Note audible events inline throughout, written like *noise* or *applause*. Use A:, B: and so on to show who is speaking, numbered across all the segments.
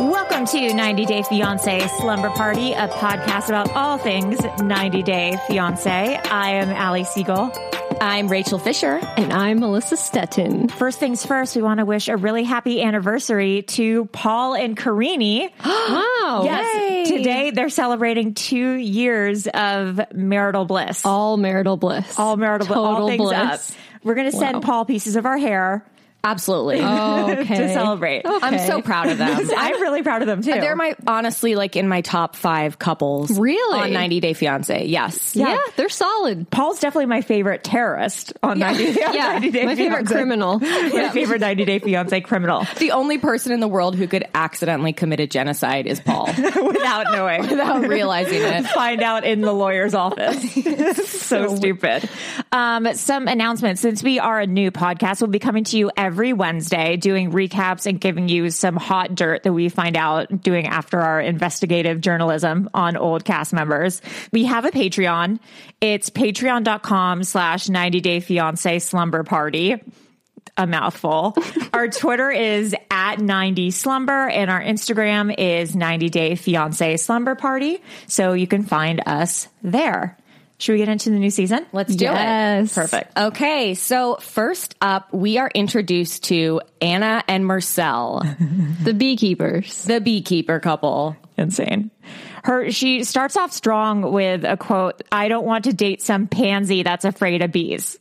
A: Welcome to 90 Day Fiance Slumber Party, a podcast about all things 90 Day Fiance. I am Allie Siegel.
B: I'm Rachel Fisher.
C: And I'm Melissa
B: *gasps*
C: Stetton.
A: First things first, we want to wish a really happy anniversary to Paul and Carini.
C: wow.
A: yes,
C: Oh, Yay.
A: today they're celebrating two years of marital bliss.
C: All marital bliss.
A: all marital bliss,
C: Total
A: all things
C: bliss.
A: up. We're going to send
C: Wow.
A: Paul pieces of our hair
B: Absolutely.
C: Oh,
A: *laughs*
C: okay.
A: to celebrate.
B: I'm
C: okay. Uh,
B: so proud of them.
A: I'm really proud of them too.
B: They're my honestly like in my top five couples.
C: Really?
B: On 90 Day Fiance. Yes.
C: Yeah, they're solid.
A: Paul's definitely my favorite terrorist on
B: *laughs*
A: 90 Day. *laughs* on
C: Yeah,
A: 90 Day
C: my favorite
A: Fiancé.
C: criminal.
A: My favorite 90 Day Fiance criminal
B: The only person in the world who could accidentally commit a genocide
C: *laughs*
B: is Paul
A: *laughs* without knowing.
B: without realizing it.
A: Find out in the lawyer's office. *laughs* so stupid. Um, some announcements. Since we are a new podcast, we'll be coming to you every Wednesday, doing recaps and giving you some hot dirt that we find out doing after our investigative journalism on old cast members. We have a Patreon. It's patreon.com slash 90 day fiance slumber party a
B: *laughs*
A: mouthful. our Twitter is at 90 slumber and our Instagram is 90 day fiance slumber party. So you can find us there. Should we get into the new season?
B: Let's do
C: Yes.
B: it.
A: Perfect.
B: Okay, so first up, we are introduced to Anna and Marcel,
C: The beekeepers.
B: the beekeeper couple.
A: Insane. Her she starts off strong with a quote, I don't want to date some pansy that's afraid of bees.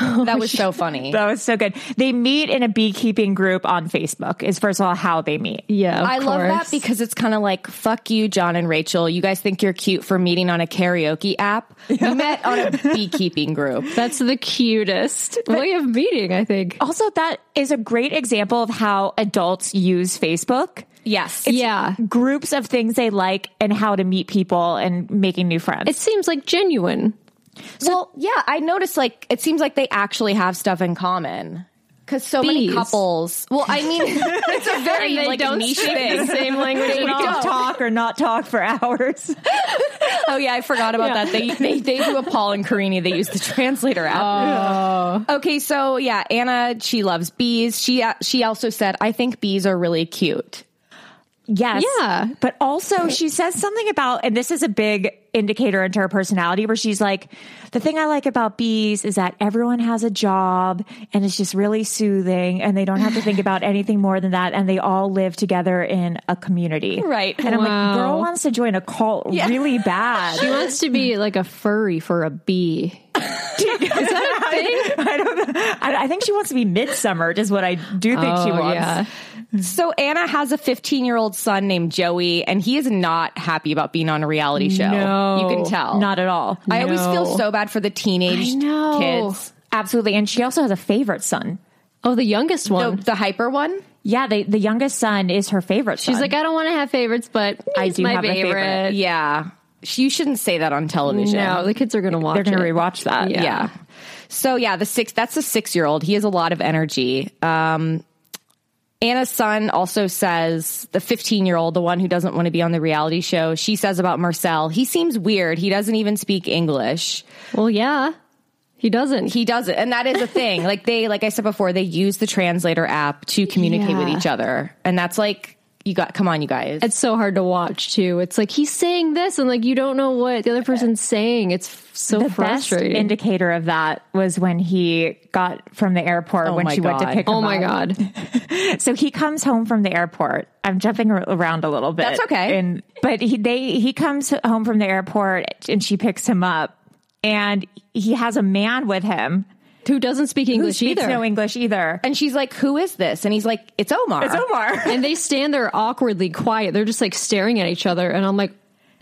C: Oh,
B: That was so funny.
A: That was so good. They meet in a beekeeping group on Facebook is first of all how they meet.
C: Yeah, of
B: I love that
C: course.
B: because it's kind of like, fuck you, John and Rachel. You guys think you're cute for meeting on a karaoke app. We met
C: *laughs*
B: on a beekeeping group.
C: that's the cutest way of meeting, I think.
B: Oh,
A: Also, that is a great example of how adults use Facebook.
B: Yes.
C: yeah.
A: groups of things they like and how to meet people and making new friends.
C: It seems like genuine.
B: well, yeah, I noticed like, it seems like they actually have stuff in common. Cause so many
C: Bees.
B: couples. Well,
C: *laughs*
B: I mean, it's a very
C: And they
B: like
C: don't
B: niche
C: speak the
B: thing.
C: same language at
A: we
C: all.
A: can talk or not talk for *laughs* hours.
B: Oh yeah, I forgot about that. They, they they do a Paul and Carini. They use the translator
C: Oh.
B: app. Okay, so yeah, Anna she loves bees. She uh, she also said, "I think bees are really cute."
A: yes.
C: Yeah.
A: But also, she says something about, and this is a big indicator into her personality where she's like, the thing I like about bees is that everyone has a job and it's just really soothing and they don't have to think about anything more than that. And they all live together in a community.
B: Right.
A: And I'm like,
C: Wow.
A: girl wants to join a cult really bad.
C: She wants to be like a furry for a bee.
A: *laughs* I don't know. I, I think she wants to be midsummer, is what I do think she wants.
C: Oh, yeah.
B: So Anna has a 15 year old son named Joey, and he is not happy about being on a reality show.
C: No.
B: you can tell.
A: Not at all.
B: I always
C: No.
B: feel so bad for the teenage
C: I know.
B: kids.
A: Absolutely. And she also has a favorite son.
C: Oh, the youngest
B: The,
C: one.
B: the hyper one.
A: Yeah, they, the youngest son is her favorite
C: She's
A: son.
C: like, I don't want to have favorites, but
A: I
C: he's
A: do
C: my
A: have a favorite.
C: favorite.
B: Yeah, She- you shouldn't say that on television.
C: Uh, No, the kids are going to watch
A: they're going to
C: it.
A: rewatch that.
B: Yeah. So yeah, the six that's a six year old. He has a lot of energy. Um Anna's son also says the 15 year old, the one who doesn't want to be on the reality show, she says about Marcel, he seems weird. He doesn't even speak English.
C: Well, yeah. He doesn't.
B: He doesn't. And that is a
C: *laughs*
B: thing. like they, like I said before, they use the translator app to communicate with
C: Yeah.
B: each other. And that's like, you got, come on, you guys.
C: it's so hard to watch too. It's like he's saying this and like you don't know what the other person's saying. It's f- so
A: The best
C: frustrating.
A: indicator of that was when he got from the airport when
B: my
A: she went to
B: God.
A: pick him
C: oh my
A: up.
C: god.
A: *laughs* So he comes home from the airport. I'm jumping ar- around a little bit.
B: That's okay.
A: And but he they he comes home from the airport and she picks him up and he has a man with him
C: Who doesn't speak
A: who
C: English
A: speaks
C: either?
A: no English either.
B: and she's like, who is this? And he's like, it's Omar.
A: It's Omar.
C: and they stand there awkwardly quiet. They're just like staring at each other and I'm like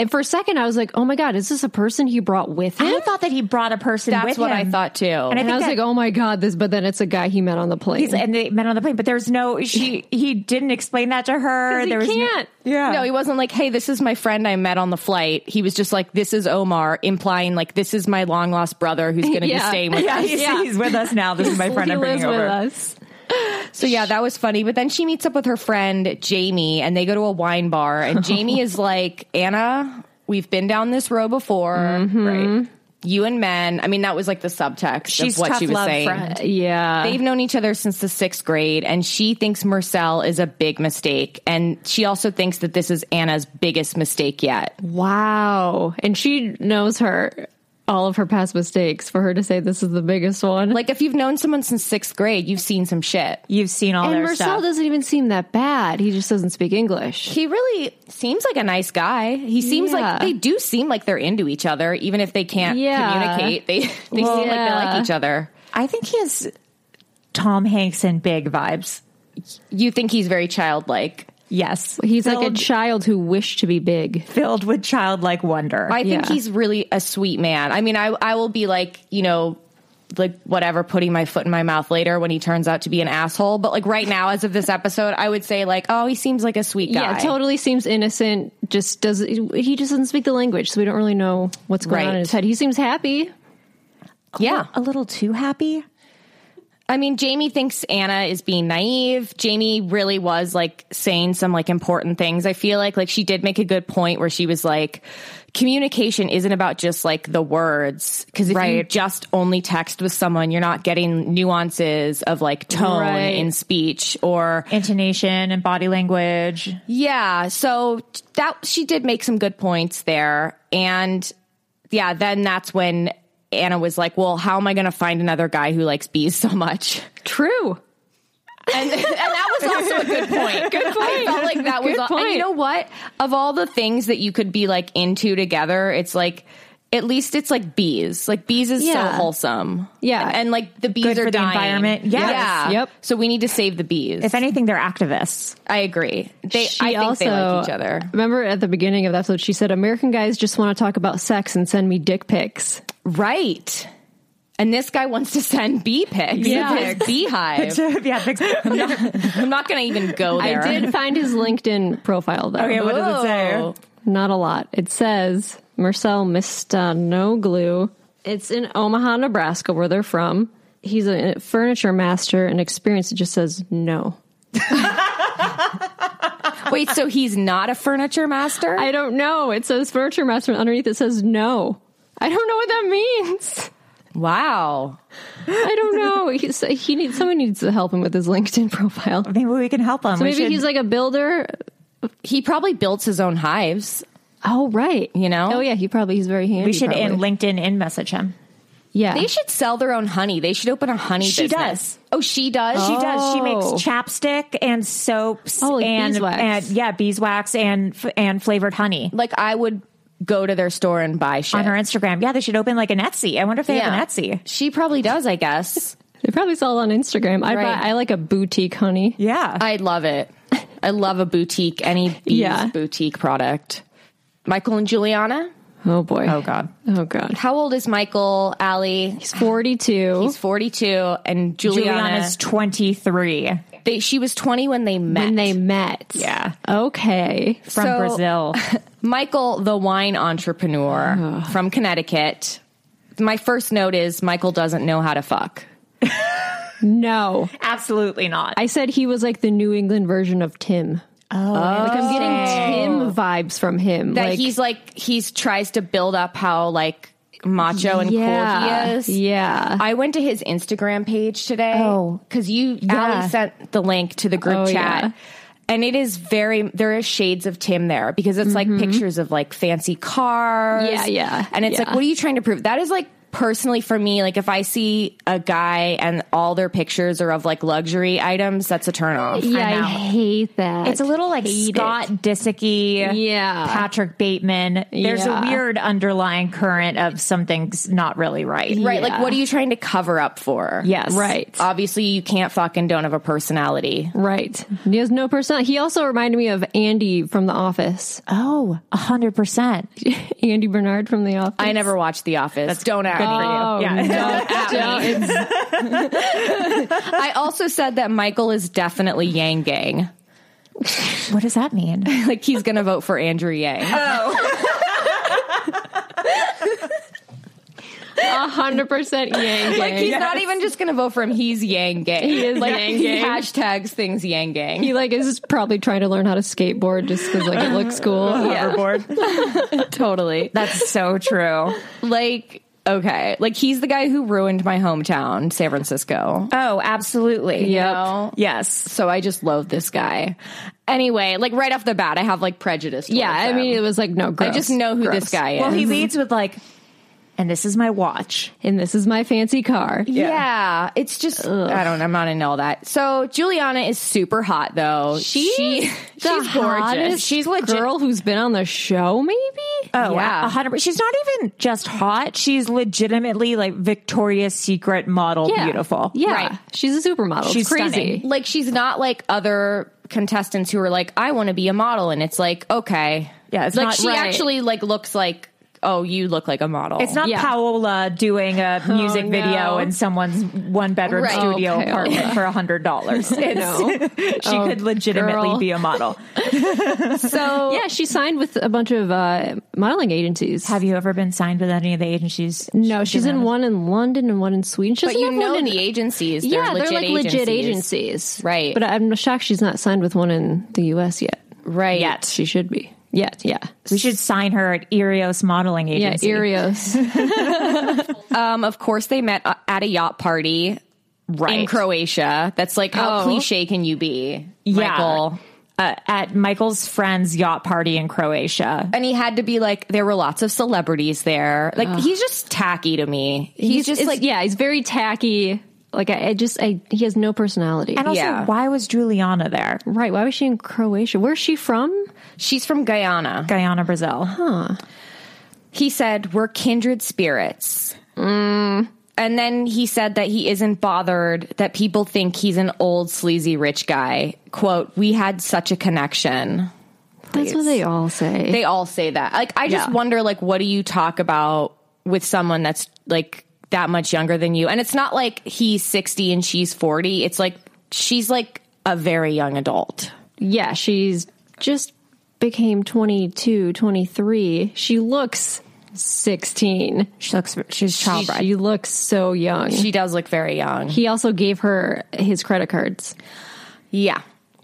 C: and for a second I was like, "Oh my god, is this a person he brought with him?"
A: I thought that he brought a person
B: That's
A: with
B: what I
A: him.
B: thought too.
A: And I
C: and I
A: think
C: was
A: that-
C: like, "Oh my god, this!" But then it's a guy he met on the plane.
A: He's- and they met on the plane, but there's no she. He didn't explain that to her.
C: he
A: There was no-
C: can't.
A: yeah.
B: No, he wasn't like, hey, this is my friend I met on the flight. He was just like, this is Omar, implying like, this is my long lost brother who's going to be
C: Yeah.
B: staying
A: *laughs* *laughs*
B: with
A: yeah,
B: us.
A: he's, he's with us now. This is my friend.
C: *laughs* he
A: I'm bringing
C: lives
A: over.
C: with us.
B: So yeah, that was funny. But then she meets up with her friend Jamie and they go to a wine bar.
A: *laughs*
B: And Jamie is like, Anna, we've been down this road before.
A: Mm-hmm.
B: Right. You and men. I mean, that was like the subtext
A: She's
B: of what
A: tough
B: she was
A: love
B: saying.
A: friend.
C: Yeah.
B: They've known each other since the sixth grade, and she thinks Marcel is a big mistake. And she also thinks that this is Anna's biggest mistake yet.
C: wow. And she knows her all of her past mistakes for her to say this is the biggest one.
B: Like if you've known someone since sixth grade, you've seen some shit.
A: You've seen all
C: and
A: their
C: Marcel
A: stuff.
C: doesn't even seem that bad. He just doesn't speak English.
B: He really seems like a nice guy. He seems
C: Yeah.
B: like they do seem like they're into each other, even if they can't
C: Yeah.
B: communicate. They *laughs* they seem like they like
C: yeah.
B: each other.
A: I think he has Tom Hanks and big vibes.
B: You think he's very childlike.
A: Yes,
C: He's like a
A: Filled-
C: child who wished to be big.
A: filled with childlike wonder.
B: I think
C: Yeah.
B: he's really a sweet man. I mean, I I will be like, you know, like whatever, putting my foot in my mouth later when he turns out to be an asshole. But like right now, as of this episode, I would say like, oh, he seems like a sweet guy.
C: Yeah, totally seems innocent. Just does he just doesn't speak the language, so we don't really know what's going on
B: Right.
C: in his head. He seems happy.
B: Yeah.
A: a little too happy.
B: I mean, Jamie thinks Anna is being naive. Jamie really was like saying some like important things. I feel like like she did make a good point where she was like communication isn't about just like the words cuz if you
A: Right.
B: just only text with someone, you're not getting nuances of like tone
C: Right.
B: in speech or
A: Intonation and body language.
B: yeah, so that she did make some good points there. And yeah, then that's when Anna was like, "Well, how am I going to find another guy who likes bees so much?" *laughs*
C: True.
B: and, and that was also a good point. Good point. I felt like that was.
C: Good
B: all- And you
C: point.
B: know what? Of all the things that you could be like into together, it's like at least it's like bees. Like bees is
C: Yeah.
B: so wholesome.
C: Yeah.
B: and, and, like the bees
A: Good
B: are
A: for the
B: dying.
A: environment. Yes.
B: Yeah.
C: Yep.
B: So we need to save the bees.
A: If anything, they're activists.
B: I agree. They. I think they like each other.
C: Remember at the beginning of the episode, she said, "American guys just want to talk about sex and send me dick pics."
B: Right. And this guy wants to send bee pics.
C: Yeah.
B: of
C: *laughs*
B: his beehive.
A: *laughs* yeah, big-
B: I'm not going to even go there.
C: I
A: *laughs*
C: did find his LinkedIn profile though.
A: Okay, what does it say?
B: Whoa.
C: Not a lot. It says Marcel Mistanoglu. It's in Omaha, Nebraska, where they're from. He's a furniture master and experience. It just says no.
B: Wait, so he's not a furniture master?
C: I don't know. It says furniture master. and Underneath it says no. I don't know what that means. *laughs*
B: wow.
C: I don't know. He's, he needs someone needs to help him with his LinkedIn profile.
A: Maybe we can help them.
C: Maybe he's like a builder.
B: He probably builds his own hives.
C: Oh right,
B: You know?
C: Oh yeah, he probably he's very handy.
A: we should
C: probably.
A: in LinkedIn in message him.
C: yeah.
B: They should sell their own honey. They should open a honey
A: She
B: business.
A: does.
B: Oh, she does?
A: She does. She makes
C: Oh.
A: chapstick and soaps
C: Oh, like
A: and,
C: beeswax.
A: and yeah, beeswax and f- and flavored honey
B: Like, I would go to their store and buy shit.
A: on her Instagram. Yeah, they should open like an Etsy. I wonder if they have an Etsy.
B: She probably does, I *laughs* guess.
C: They probably sell it on Instagram. I
B: Right.
C: buy, I like a boutique honey.
A: Yeah,
B: I love it. I love a boutique, any bees
C: Yeah.
B: boutique product. Michael and Juliana?
C: Oh boy.
A: Oh, God.
C: Oh god.
B: How old is Michael, Allie?
C: He's forty two.
B: He's 42, and Juliana,
A: Juliana's twenty three
B: they, she was 20 when they met.
C: when they met.
A: Yeah.
C: Okay.
A: from
C: *laughs*
B: So-
A: Brazil.
B: Michael, the wine entrepreneur from Connecticut. My first note is Michael doesn't know how to fuck.
C: No.
A: Absolutely not.
C: I said he was like the New England version of Tim. Oh, like I'm getting Tim vibes from him.
B: that
C: like
B: he's like he's tries to build up how like macho and cool he is.
C: Yeah.
B: I went to his Instagram page today.
C: Oh.
B: because you
C: Yeah.
B: Allie sent the link to the group
C: Oh,
B: chat.
C: yeah.
B: And it is very there are shades of Tim there because it's like pictures of like fancy cars.
C: Mm-hmm. Yeah, yeah,
B: And it's like,
C: yeah.
B: what are you trying to prove? That is like personally for me, like if I see a guy and all their pictures are of like luxury items, that's a turn off.
C: yeah,
A: I'm
C: I
A: out.
C: hate that.
A: It's a little like
C: Hate
A: Scott
C: it.
A: Disicky,
C: Yeah.
A: Patrick Bateman. There's a
C: Yeah.
A: weird underlying current of something's not really right.
B: Right. Like
C: Yeah.
B: what are you trying to cover up for?
A: Yes.
C: Right.
B: Obviously you can't fucking don't have a personality.
C: Right. He has no personality. He also reminded me of Andy from The Office.
A: Oh, a hundred percent.
C: Andy Bernard from The Office.
B: I never watched The Office. don't ask.
C: Oh,
A: Yeah.
C: no, don't-
A: *laughs*
C: it's-
B: I also said that Michael is definitely Yang Gang. *laughs*
A: What does that mean?
B: Like he's gonna vote for Andrew Yang.
C: a hundred percent Yang Gang.
B: *laughs* like he's not even just gonna vote for him. He's Yang Gang.
C: He is
B: like,
C: Yang
B: he
C: Gang.
B: hashtags things Yang Gang.
C: he like is probably trying to learn how to skateboard just because like it looks
B: *laughs*
C: cool. totally.
A: That's so true.
B: like okay, like he's the guy who ruined my hometown, San Francisco.
A: *laughs* Oh, absolutely.
B: You
A: Yeah.
B: know?
A: Yes.
B: So I just loathe this guy. Anyway, like right off the bat, I have like prejudice. towards
C: Yeah, I
B: him.
C: mean it was like no.
B: I
C: Gross,
B: just know who
C: gross.
B: this guy is.
A: Well, he leads with like, and this is my watch.
C: and this is my fancy car.
B: Yeah. it's just I don't. I'm not into all that. So Juliana is super hot though.
C: She's
B: she,
C: The
B: she's gorgeous.
C: hottest
B: She's legit.
C: girl who's been on the show. Maybe.
A: Oh,
B: Yeah.
A: yeah. 100 She's not even just hot. She's legitimately like Victoria's Secret model
C: Yeah.
A: beautiful.
C: Yeah,
B: Right.
C: she's a supermodel.
A: She's
C: it's crazy.
A: stunning.
B: Like she's not like other contestants who are like, I want to be a model, and it's like, okay,
A: Yeah, it's
B: like
A: not-
B: she
A: right.
B: actually like looks like, oh, you look like a model.
A: It's not
C: Yeah.
A: Paola doing a music
C: no.
A: video in someone's one bedroom
B: Right.
A: studio
C: Oh, Paola.
A: apartment for a hundred dollars.
B: *laughs*
C: No.
A: she could legitimately
C: girl.
A: be a model.
B: *laughs* so.
C: Yeah, she signed with a bunch of uh, modeling agencies.
A: Have you ever been signed with any of the agencies?
C: no, she's in one in London and one in Sweden. She
B: but
C: doesn't
B: you
C: have
B: know
C: one in,
B: the agencies. They're
C: yeah,
B: legit
C: they're like
B: agencies.
C: legit agencies,
B: Right.
C: But I'm shocked she's not signed with one in the U.S. yet.
B: right?
A: Yet.
C: She should be. Yet, yeah,
A: We should sign her at Erios Modeling
C: yeah.
A: Agency.
C: *laughs* Erios.
B: Um, of course, they met uh, at a yacht party
A: right?
B: in Croatia. That's like how
C: Oh.
B: cliche can you be,
A: Yeah.
B: Michael?
A: Uh, at Michael's friend's yacht party in Croatia.
B: and he had to be like there were lots of celebrities there like he's just tacky to me he's, just
C: it's-
B: like
C: yeah, he's very tacky. Like I, I just, I he has no personality.
A: And also,
B: Yeah.
A: why was Juliana there?
C: right? Why was she in Croatia? Where's she from?
B: she's from guyana
A: Guyana, Brazil.
B: he said we're kindred spirits Mm. and then he said that he isn't bothered that people think he's an old sleazy rich guy quote we had such a connection
C: That's what they all say.
B: they all say that like i just
A: Yeah.
B: wonder like what do you talk about with someone that's like that much younger than you and it's not like he's 60 and she's 40 it's like she's like a very young adult
C: yeah, she's just became 22, 23. She looks 16.
A: She looks. She's
C: She,
A: childlike.
C: she looks so young.
B: She does look very young.
C: he also gave her his credit cards.
B: Yeah.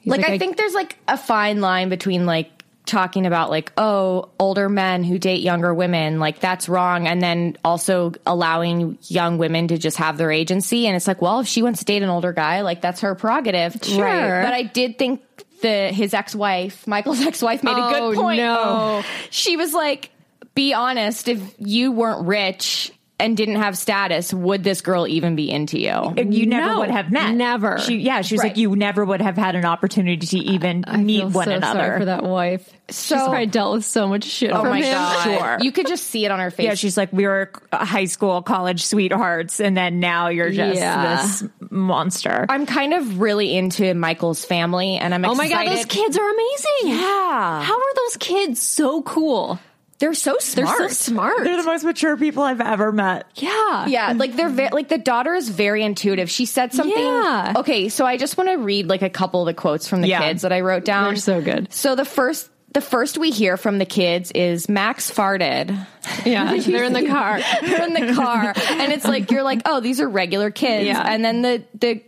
B: Like,
C: like,
B: I,
C: I-
B: think there's like a fine line between like talking about like, oh, older men who date younger women, like that's wrong. And then also allowing young women to just have their agency. And it's like, well, if she wants to date an older guy, like that's her prerogative.
C: Sure. Right.
B: But I did think the his ex wife, Michael's *laughs* ex wife, made a
C: Oh,
B: good point.
C: no.
B: She was like, be honest, if you weren't rich and didn't have status, would this girl even be into you?
A: you never
C: No,
A: would have met.
C: never.
A: She, yeah, she was
B: Right.
A: like, you never would have had an opportunity to even meet
C: feel
A: one
C: so
A: another.
C: Sorry for that wife.
B: So-
C: she's probably dealt with so much shit
B: Oh
C: from
B: my
C: him.
B: god!
A: Sure.
B: You could just see it on her face.
A: Yeah, she's like, we were high school, college sweethearts, and then now you're just
C: Yeah.
A: this monster.
B: I'm kind of really into Michael's family, and I'm
C: Oh my
B: excited.
C: god, those kids are amazing.
B: Yeah.
C: How are those kids so cool?
B: They're so smart.
C: They're so smart.
A: They're the most mature people I've ever met.
C: yeah.
B: Yeah, like they're ve- like the daughter is very intuitive. She said something.
C: Yeah.
B: Okay, so I just want to read like a couple of the quotes from the
A: Yeah.
B: kids that I wrote down.
C: They're so good.
B: So the first the first we hear from the kids is Max farted.
C: *laughs* Yeah, they're in the car.
B: They're in the car, and it's like you're like, oh, these are regular kids,
C: Yeah.
B: and then the the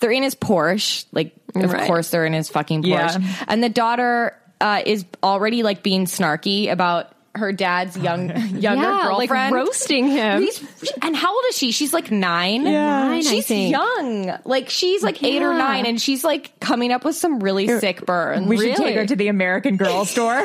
B: they're in his Porsche, like of
C: Right.
B: course they're in his fucking Porsche,
A: Yeah.
B: and the daughter uh, is already like being snarky about her dad's young younger
C: *laughs* yeah, like
B: girlfriend.
C: roasting him.
B: These- and how old is she? She's like nine.
C: Nine, I
B: she's
C: think.
B: young. Like she's like eight or
C: Yeah.
B: nine, and she's like coming up with some really sick burns.
A: We should take her to the American *laughs* Girl store.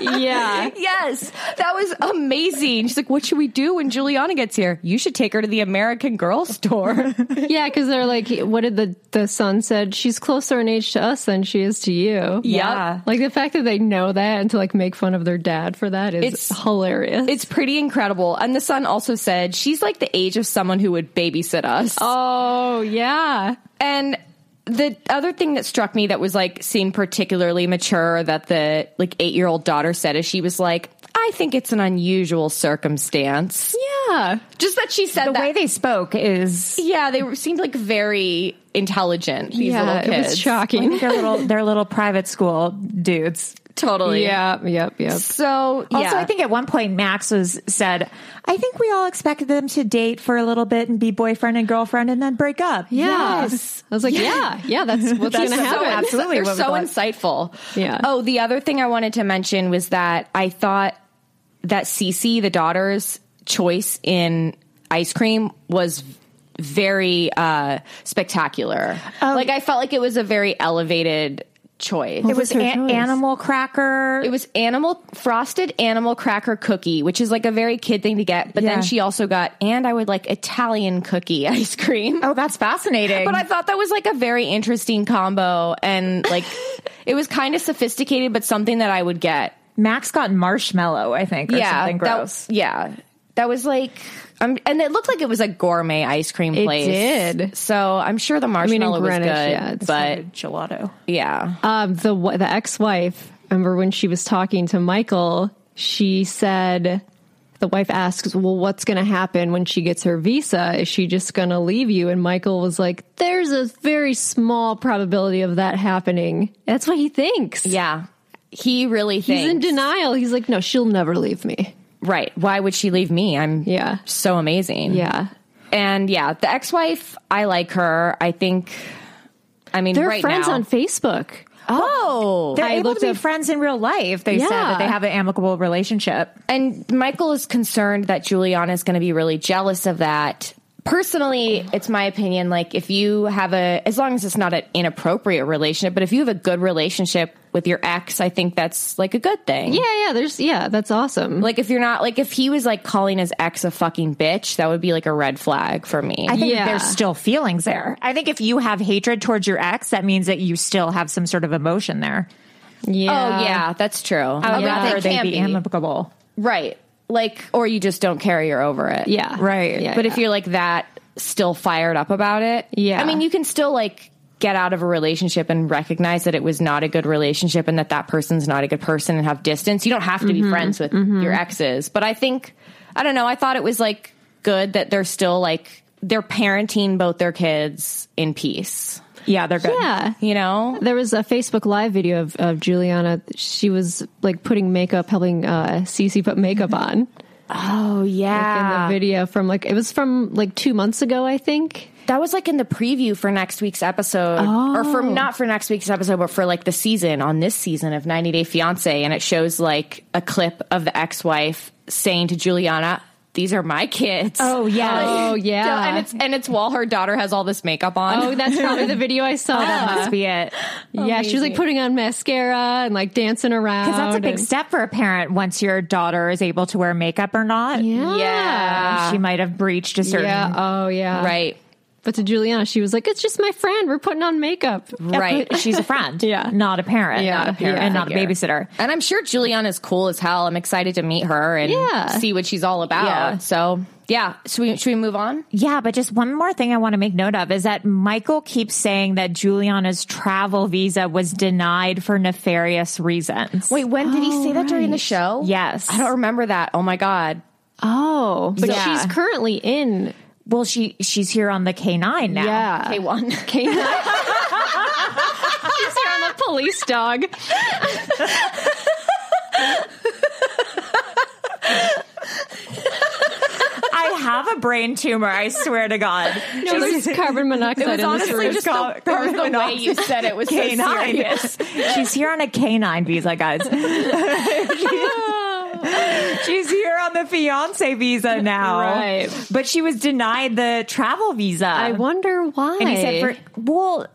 C: yeah,
B: Yes, that was amazing. She's like, "What should we do when Juliana gets here? You should take her to the American
C: *laughs*
B: Girl store."
C: *laughs* yeah, because they're like, what did the the son said? She's closer in age to us than she is to you.
B: Yeah.
C: like the fact that they know that and to like make fun of their dad for that is
B: It's-
C: hilarious.
B: it's pretty incredible. And the son also said, "She's like the age of someone who would babysit us."
C: oh yeah,
B: And the other thing that struck me that was like seemed particularly mature that the like 8-year-old daughter said is she was like, "I think it's an unusual circumstance."
C: yeah.
B: Just that she said
A: the
B: that.
A: way they spoke is
B: yeah, they were- seemed like very intelligent. These
C: yeah,
B: little
C: it
B: kids.
C: was shocking.
A: their little their little private school dudes.
B: Totally.
C: yeah, yep, yep.
B: So yeah.
A: Also, I think at one point Max was said, "I think we all expected them to date for a little bit and be boyfriend and girlfriend and then break up."
C: Yeah.
B: Yes.
C: I was like, yeah, yeah, that's what's going to
A: so
C: happen.
A: abs- absolutely
B: They're
A: what we
B: so
A: thought.
B: insightful.
C: Yeah.
B: Oh, the other thing I wanted to mention was that I thought that Cece, the daughter's choice in ice cream, was very uh, spectacular.
A: Um,
B: like I felt like it was a very elevated choice.
A: It was
C: her
A: an-
C: choice?
A: animal cracker.
B: It was animal frosted animal cracker cookie, which is like a very kid thing to get. But
A: Yeah.
B: then she also got, and I would like Italian cookie *laughs* ice cream.
A: oh, that's fascinating.
B: But I thought that was like a very interesting combo and
C: *laughs*
B: like it was kind of sophisticated, but something that I would get.
A: Max got marshmallow, I think, or
B: yeah.
A: something
B: that-
A: gross.
B: yeah. That was like um, and it looked like it was a gourmet ice cream
C: It
B: place.
C: did.
B: So I'm sure the marshmallow
C: Greenwich,
B: was good.
C: yeah, it's
B: but
A: gelato.
B: yeah.
C: um, the wa- the ex wife. Remember when she was talking to Michael? She said, the wife asks, "Well, what's going to happen when she gets her visa? Is she just going to leave you?" And Michael was like, "There's a very small probability of that happening. That's what he thinks.
B: yeah. He really
C: he's
B: thinks
C: in denial. He's like, no, she'll never leave me.
B: right. Why would she leave me? I'm
C: Yeah.
B: so amazing.
C: Yeah,
B: And yeah, the ex wife, I like her. I think I mean
C: they're
B: right
C: friends
B: now-
C: on Facebook.
B: Oh,
A: They're
C: I
A: able
C: looked
A: to be
C: up-
A: friends in real life. They said
C: Yeah.
A: that they have an amicable relationship.
B: And Michael is concerned that Juliana is going to be really jealous of that. Personally, it's my opinion. Like, if you have a, as long as it's not an inappropriate relationship, but if you have a good relationship with your ex, I think that's like a good thing.
C: Yeah, yeah. There's yeah, that's awesome.
B: Like, if you're not, like, if he was like calling his ex a fucking bitch, that would be like a red flag for me.
A: I think
C: Yeah.
A: there's still feelings there. I think if you have hatred towards your ex, that means that you still have some sort of emotion there.
C: yeah.
B: oh, yeah, that's true.
A: I would
B: Yeah.
A: rather
B: They
A: they
B: can
A: be,
B: be.
A: amicable.
B: Right. Like, or you just don't carry her over it.
C: Yeah.
A: Right.
C: Yeah,
B: but
C: yeah.
B: if you're like that still fired up about it
C: Yeah.
B: i mean you can still like get out of a relationship and recognize that it was not a good relationship and that that person's not a good person and have distance you don't have to
C: Mm-hmm.
B: be friends with your exes but i think i don't know i thought it was like good that they're still like they're parenting both their kids in peace
A: Yeah, they're good.
C: Yeah.
B: you know
C: There was a Facebook Live video of, of Juliana. She was like putting makeup, helping uh, Cece put makeup
A: Mm-hmm.
C: on
B: oh yeah
A: Ah.
C: in the video from like, it was from like two months ago, I think.
B: That was like in the preview for next week's episode, or for not for next week's episode, but for like the season on this season of 90 Day Fiance, and it shows like a clip of the ex-wife saying to Juliana, "These are my kids." *laughs*
A: Oh, yeah. *laughs*
C: Oh, yeah.
B: and it's and it's while her daughter has all this makeup on.
C: oh, that's probably the video I
A: *laughs*
C: saw.
A: that
C: That
A: must be it.
C: yeah, she was like putting on mascara and like dancing around.
A: Because that's a big
C: and-
A: step for a parent once your daughter is able to wear makeup or not.
C: Yeah.
B: Yeah.
A: She might have breached a certain. *laughs*
C: Yeah. Oh, yeah.
B: *laughs* right,
C: But to Juliana, she was like, it's just my friend. We're putting on makeup.
B: right.
A: She's a friend.
C: Yeah.
A: Not a parent.
C: Yeah,
A: Not a parent.
C: yeah.
A: And not a babysitter.
B: And I'm sure Juliana's cool as hell. I'm excited to meet her and
C: Yeah.
B: see what she's all about.
C: Yeah.
B: So, yeah, should we should we move on?
A: Yeah, but just one more thing I want to make note of is that Michael keeps saying that Juliana's travel visa was denied for nefarious reasons.
B: Wait, when did he say that during the show?
A: Yes.
B: I don't remember that. Oh my god.
C: Oh, but
A: Yeah.
C: she's currently in.
A: well, she she's here on the K nine now. *laughs*
C: Yeah. *laughs*
B: K1. *laughs*
C: K9. She's on the police dog.
A: have a brain tumor. I swear to God.
C: No, there's carbon monoxide in this room.
A: just the,
B: the way you said it was so
A: canine.
B: serious.
A: *laughs* She's here on a canine visa,
B: *laughs*
A: guys. *laughs* She's here on the fiance visa now.
C: Right.
A: But she was denied the travel visa.
C: I wonder why.
A: And he said, for, well,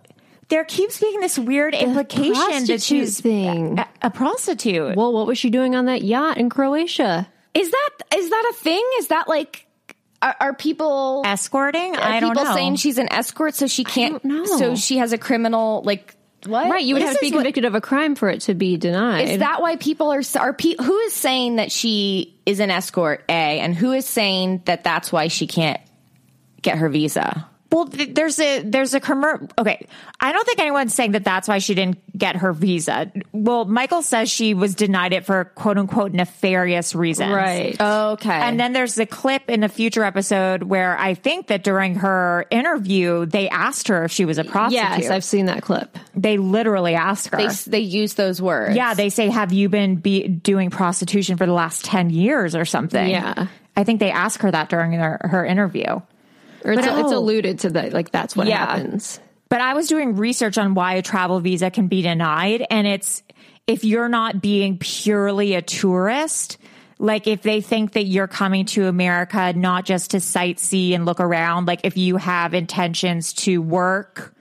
A: there keeps being this weird implication that
C: prostitute
A: she's
C: thing.
A: A, a prostitute.
C: well, what was she doing on that yacht in Croatia?
B: Is that is that a thing? Is that like are, are people
A: Escorting?
B: are
A: I don't
B: people
A: know.
B: saying she's an escort so she can't
C: don't know.
B: so she has a criminal like what?
C: Right, you would
B: This
C: have to
B: is
C: be
B: what-
C: convicted of a crime for it to be denied.
B: Is that why people are s- are pe- who is saying that she is an escort A and who is saying that that's why she can't get her visa?
A: Well, th- there's a there's a commer. Okay, I don't think anyone's saying that that's why she didn't get her visa. Well, Michael says she was denied it for quote unquote nefarious reasons.
C: right?
B: Oh, Okay.
A: And then there's the clip in a future episode where I think that during her interview they asked her if she was a prostitute.
C: yes, I've seen that clip.
A: they literally asked her.
B: they s- they use those words.
A: yeah, they say, "Have you been be- doing prostitution for the last ten years or something?"
C: Yeah.
A: I think they ask her that during her, her interview.
C: Or it's,
A: But
C: it's
A: oh.
C: alluded to that, like that's what
A: Yeah.
C: happens.
A: But I was doing research on why a travel visa can be denied. And it's if you're not being purely a tourist, like if they think that you're coming to America not just to sightsee and look around, like if you have intentions to work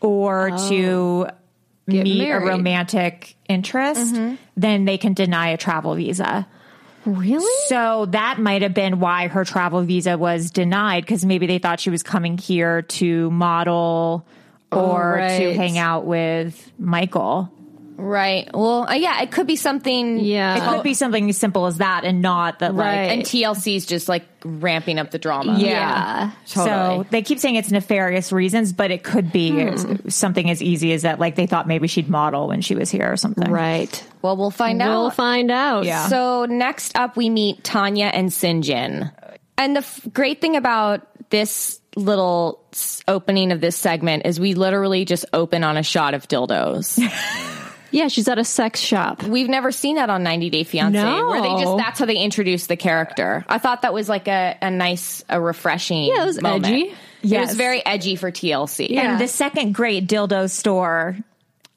A: or to
C: Oh. Get
A: meet
C: married. Mm-hmm.
A: a romantic interest, then they can deny a travel visa.
C: Really?
A: So that might have been why her travel visa was denied because maybe they thought she was coming here to model or
C: Oh,
A: to
C: right.
A: hang out with Michael.
B: Right. Well, uh, yeah, it could be something
C: Yeah.
A: It could be something as simple as that and not that,
C: Uh. Right.
A: like,
B: and TLC's just like ramping up the drama.
C: Yeah.
A: so they keep saying it's nefarious reasons, but it could be
C: Hmm.
A: something as easy as that, like, they thought maybe she'd model when she was here or something.
C: Right.
B: Well, we'll find out.
C: We'll find out.
B: Yeah. So next up, we meet Tanya and Sinjin. And the f- great thing about this little s- opening of this segment is we literally just open on a shot of
C: *laughs*
B: dildos.
C: Yeah, she's at a sex shop.
B: We've never seen that on 90 Day Fiancé,
C: No.
B: where they just that's how they introduce the character. I thought that was like a, a nice, a refreshing.
C: Yeah, it was
B: moment.
C: edgy.
B: It
A: Yes.
B: was very edgy for TLC.
A: And the second great dildo store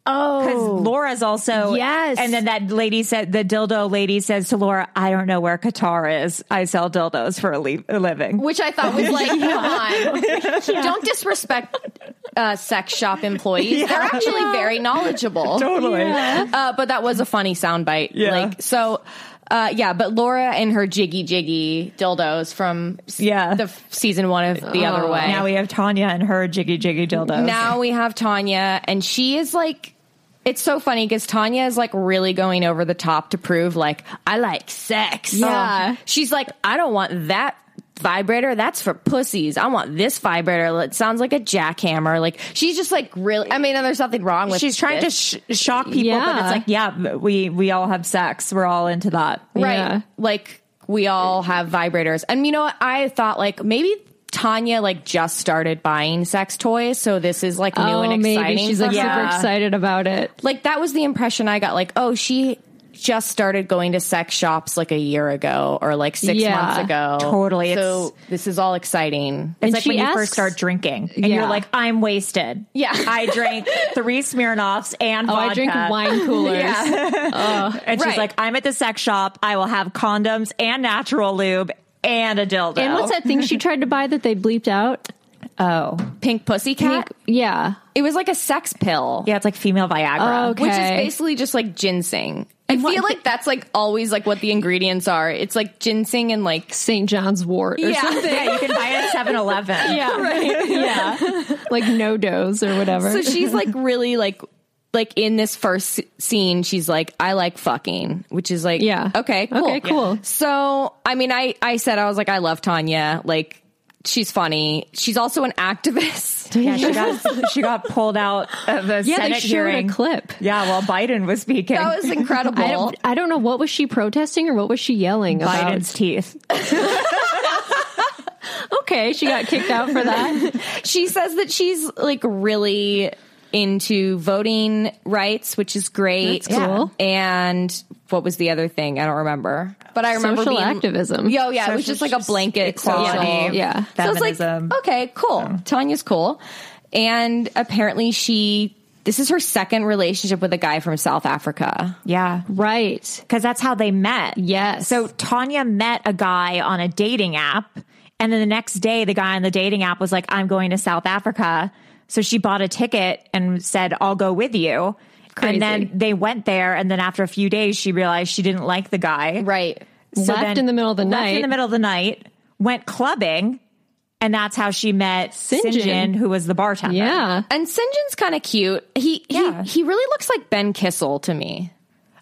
A: because
C: Oh,
A: Laura's also
C: Yes.
A: and then that lady said the dildo lady says to Laura, "I don't know where Qatar is. I sell dildos for a, le- a living."
B: which I thought
A: *laughs*
B: was like, come on, don't disrespect uh, sex shop employees. They're actually very knowledgeable,
A: Totally. Yeah.
B: Uh, but that was a funny soundbite.
A: Yeah.
B: Like so, uh, yeah. But Laura and her jiggy jiggy dildos from s-
A: Yeah. Oh.
B: the f- season one of the other way.
A: Now we have Tanya and her jiggy jiggy dildos.
B: Now we have Tanya, and she is like, it's so funny because Tanya is like really going over the top to prove, like, I like sex.
C: Yeah.
B: Oh. She's like, I don't want that vibrator. That's for pussies. I want this vibrator. It sounds like a jackhammer. Like, she's just like really, I mean, and there's nothing wrong with
A: she's trying
B: this.
A: to sh- shock people, but
C: Yeah.
A: it's like, yeah, we we all have sex. We're all into that.
B: right
C: Yeah.
B: like we all have vibrators and you know what i thought like maybe tanya like just started buying sex toys so this is like new and
C: oh,
B: exciting
C: maybe she's like
B: for her.
C: super excited about it.
B: like that was the impression I got. Like, oh, she just started going to sex shops like a year ago or like six
C: Yeah,
B: months ago.
A: totally.
B: So
A: It's-
B: this is all exciting.
A: It's
C: And
A: like
C: she
A: when you
C: asks-
A: first start drinking and
C: Yeah.
A: you're like, I'm wasted.
B: Yeah.
A: I drank three Smirnoffs and
C: Oh,
A: vodka.
C: I drink
A: *laughs*
C: wine coolers.
A: And she's
B: Right.
A: like, I'm at the sex shop. I will have condoms and natural lube and a dildo.
C: And what's that thing she tried to buy that they bleeped out?
A: Oh,
B: Pink pussycat.
C: Pink- yeah.
B: It was like a sex pill.
A: yeah, it's like female Viagra.
C: Oh,
B: Which is
C: Okay.
B: basically just like ginseng. I feel like that's like always like what the ingredients are. It's like ginseng and like
C: St. John's wort or something.
A: yeah, you can buy it at 7 Eleven.
C: *laughs* Yeah.
A: *laughs*
C: yeah. *laughs* Like no dose or whatever.
B: so
C: *laughs*
B: she's like really like like in this first s- scene she's like i like fucking which is like
C: Yeah.
B: okay cool.
C: Okay, cool. Yeah.
B: so i mean i i said i was like i love tanya like she's funny she's also an activist
A: Yeah, she got, she got pulled out of the
C: yeah, they
A: Senate
C: showed
A: hearing.
C: a clip.
A: Yeah, while Biden was speaking.
B: that was
C: *laughs*
B: incredible
C: I don't, I don't know what was she protesting or what was she yelling about.
A: Biden's teeth.
C: Okay, she got kicked out for that.
A: *laughs*
B: *laughs* she says that she's like really into voting rights, which is great.
C: That's cool.
B: And what was the other thing? I don't remember. But I remember
C: Social
B: being-
C: activism.
B: Yeah, oh, yeah, it was just like a blanket
A: equality,
B: social- Yeah,
A: feminism.
B: So it's like oh. okay, cool. Tanya's cool, and apparently she. This is her second relationship with a guy from South Africa.
A: Yeah.
C: Right.
A: Because that's how they met.
C: Yes.
A: So Tanya met a guy on a dating app. And then the next day, the guy on the dating app was like, I'm going to South Africa. So she bought a ticket and said, I'll go with you.
C: Crazy.
A: And then they went there. And then after a few days, she realized she didn't like the guy.
B: Right.
A: So
C: Left in the middle of the
A: left
C: night.
A: in the middle of the night, went clubbing. And that's how she met
C: Sinjin.
A: Sinjin, who was the bartender.
C: Yeah.
B: And Sinjin's kind of cute. He he
A: Yeah.
B: he really looks like Ben Kissel to me.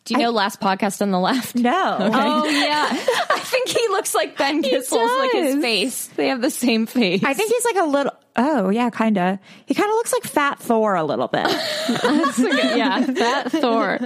B: Do you know last podcast on the left?
A: No. Um,
B: Oh yeah, *laughs* I think he looks like Ben Kissel, like his face. They have the same face.
A: I think he's like a little. Oh yeah, kind of. He kind of looks like Fat Thor a little bit.
B: *laughs*
C: yeah. That Thor.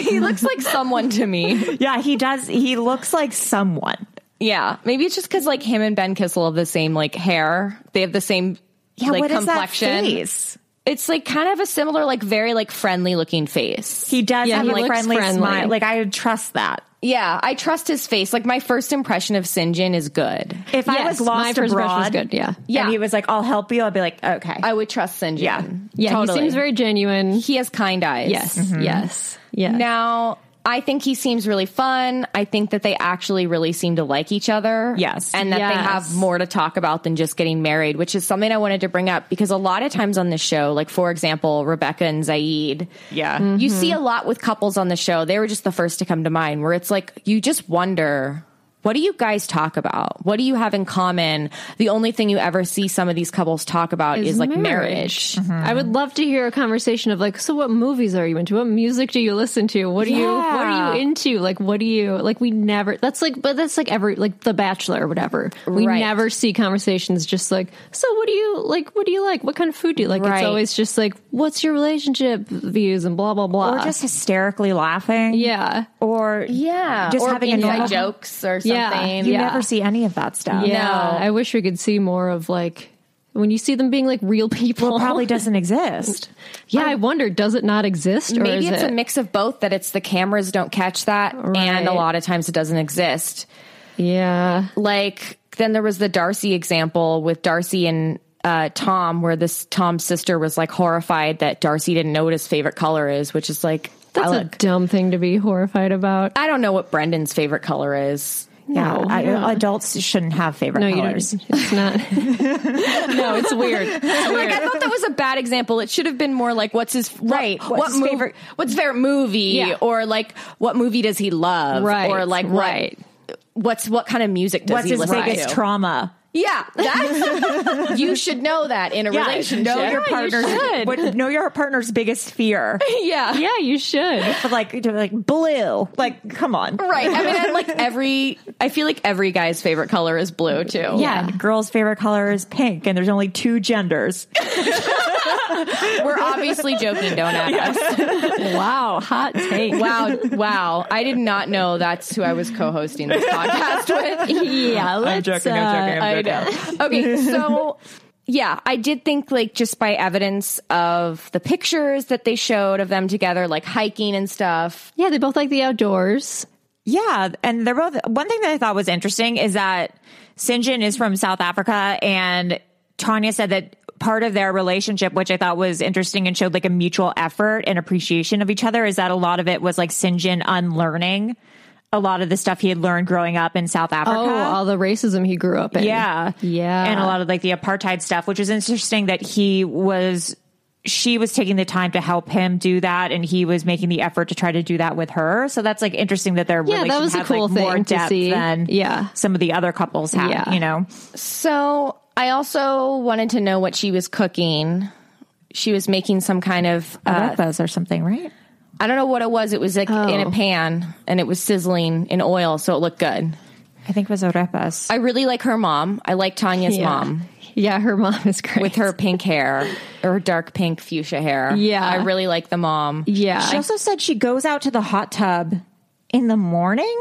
B: he looks like someone to me.
A: yeah, he does. He looks like someone.
B: Yeah, maybe it's just because like him and Ben Kissel have the same like hair. They have the same
A: Yeah,
B: like
A: what is
B: complexion.
A: that face?
B: It's like kind of a similar, like very like friendly looking face.
A: He does
C: Yeah,
A: have
C: he
A: like
C: looks
A: friendly,
C: friendly.
A: smile. Like I would trust that.
B: Yeah, I trust his face. Like my first impression of Sinjin is good.
A: If I
C: Yes,
A: was
C: my
A: lost
C: first brush
A: abroad,
C: was good. Yeah.
B: Yeah.
A: and he was like, "I'll help you," I'd be like, "Okay."
B: I would trust Sinjin.
A: Yeah.
C: Yeah.
B: totally.
C: He seems very genuine.
B: He has kind eyes.
C: yes. Yes. Yes.
B: Now, I think he seems really fun. I think that they actually really seem to like each other.
A: Yes.
B: And that they
C: Yes.
B: have more to talk about than just getting married, which is something I wanted to bring up because a lot of times on this show, like for example, Rebecca and Zaid,
A: yeah,
C: Mm-hmm.
B: you see a lot with couples on the show. They were just the first to come to mind where it's like you just wonder what do you guys talk about? What do you have in common? The only thing you ever see some of these couples talk about is, like marriage. Mm-hmm.
C: I would love to hear a conversation of like, so what movies are you into? What music do you listen to? What do you what are you into? Like what do you like we never that's like but that's like every like The Bachelor or whatever. We
B: Right.
C: never see conversations just like, so what do you like what do you like? What kind of food do you like?
B: Right.
C: It's always just like, what's your relationship views and blah blah blah.
A: or just hysterically laughing.
C: yeah.
A: or
B: Yeah.
A: just
B: or
A: having a
B: inside
A: normal-
B: jokes or something.
C: Yeah.
A: You
C: Yeah.
A: never see any of that stuff.
C: Yeah. I wish we could see more of like when you see them being like real *laughs* people.
A: Well, it probably doesn't exist.
C: yeah, I wonder, does it not exist or
B: maybe
C: is
B: it's
C: it
B: a mix of both that it's the cameras don't catch that and a
C: Right.
B: lot of times it doesn't exist
C: Yeah.
B: like then there was the darcy example with darcy and uh, tom where this tom's sister was like horrified that darcy didn't know what his favorite color is which is like I,
C: That's a
B: like,
C: dumb thing to be horrified about.
B: I don't know what brendan's favorite color is
A: Yeah, I, adults shouldn't have favorite
C: No, you don't.
A: colors.
C: It's *laughs* not. no, it's weird.
B: *laughs* like i thought that was a bad example it should have been more like what's his what-
A: Right.
B: what,
A: What's his
B: mov-
A: favorite-
B: what's favorite movie
C: Yeah.
B: or like what movie does he love
C: Right.
B: or like what-
C: Right.
B: what's what kind of music does
A: What's
B: he
A: his
B: listen
A: biggest
B: to
A: trauma?
B: Yeah,
C: *laughs*
B: that's you should know that in a relationship.
A: know your partner's
C: should.
A: what- know your partner's biggest
C: *laughs*
A: fear.
B: yeah.
C: Yeah, you should.
A: But like, to, like blue. Like, come on.
B: Right. I mean,
C: *laughs*
B: and like every, I feel like every guy's favorite color is blue too.
A: Yeah. Girls' favorite color is pink, and there's only two genders.
B: We're obviously joking,
C: *laughs*
B: don't at us.
C: Wow, hot take.
B: Wow. Wow. I did not know that's who I was co
C: *laughs*
B: hosting this podcast with.
C: Yeah, let's, uh,
B: I know. Okay,
C: *laughs*
B: so yeah, I did think like just by evidence of the pictures that they showed of them together, like hiking and stuff.
C: yeah, they both like the outdoors.
A: Yeah, and they're both. One thing that I thought was interesting is that Sinjin is from South Africa, and Tanya said that part of their relationship, which I thought was interesting and showed like a mutual effort and appreciation of each other, is that a lot of it was like Sinjin unlearning a lot of the stuff he had learned growing up in South Africa.
C: Oh, all the racism he grew up in.
A: Yeah.
C: Yeah.
A: And a lot of like the apartheid stuff, which is interesting that he was she was taking the time to help him do that and he was making the effort to try to do that with her. So that's like interesting that their
C: Yeah, that
A: relation
C: was a
A: had,
C: cool
A: like, more
C: thing to
A: depth
C: see.
A: than
C: Yeah.
A: some of the other couples had,
C: Yeah.
A: you know.
B: So I also wanted to know what she was cooking. She was making some kind of uh,
A: Arepas or something, right?
B: I don't know what it was. It was like in a
C: Oh.
B: pan and it was sizzling in oil, so it looked good.
A: I think it was arepas.
B: I really like her mom. I like Tanya's
C: Yeah.
B: mom
C: Yeah, her mom is great.
B: with her pink hair or her dark pink fuchsia hair.
C: Yeah.
B: I really like the mom.
C: Yeah.
A: she also said she goes out to the hot tub in the morning.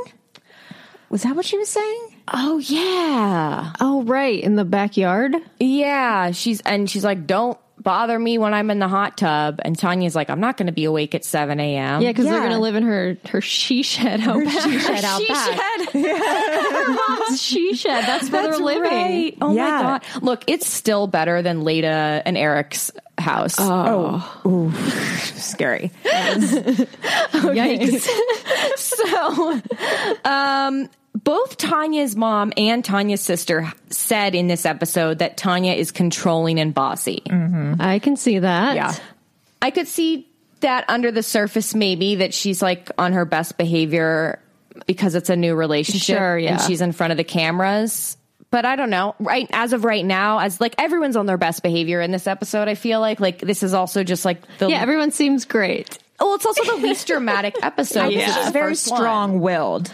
A: Was that what she was saying?
B: Oh yeah,
C: oh, right. In the backyard?
B: yeah. She's and she's like, don't bother me when I'm in the hot tub. And Tanya's like, I'm not going to be awake at 7 a.m.
C: Yeah, because they're gonna live in her her she shed out back. She *laughs* shed
B: *laughs* out back.
C: her mom's she shed. That's where they're living. *laughs*
B: Right. Oh
A: Yeah.
B: my god! Look, it's still better than Leda and Eric's house. Oh, scary.
C: Yikes.
B: *laughs* so, um, both Tanya's mom and Tanya's sister said in this episode that Tanya is controlling and bossy.
C: Mm. I can see that.
B: I could see that under the surface, maybe that she's like on her best behavior because it's a new relationship
C: Sure, yeah.
B: and she's in front of the cameras. But I don't know. Right as of right now, as like everyone's on their best behavior in this episode, I feel like like this is also just like the
C: Yeah, everyone seems great.
B: well, it's also the least dramatic episode.
C: Yeah.
B: It's
C: She's
B: the
A: very
B: first one.
A: strong willed.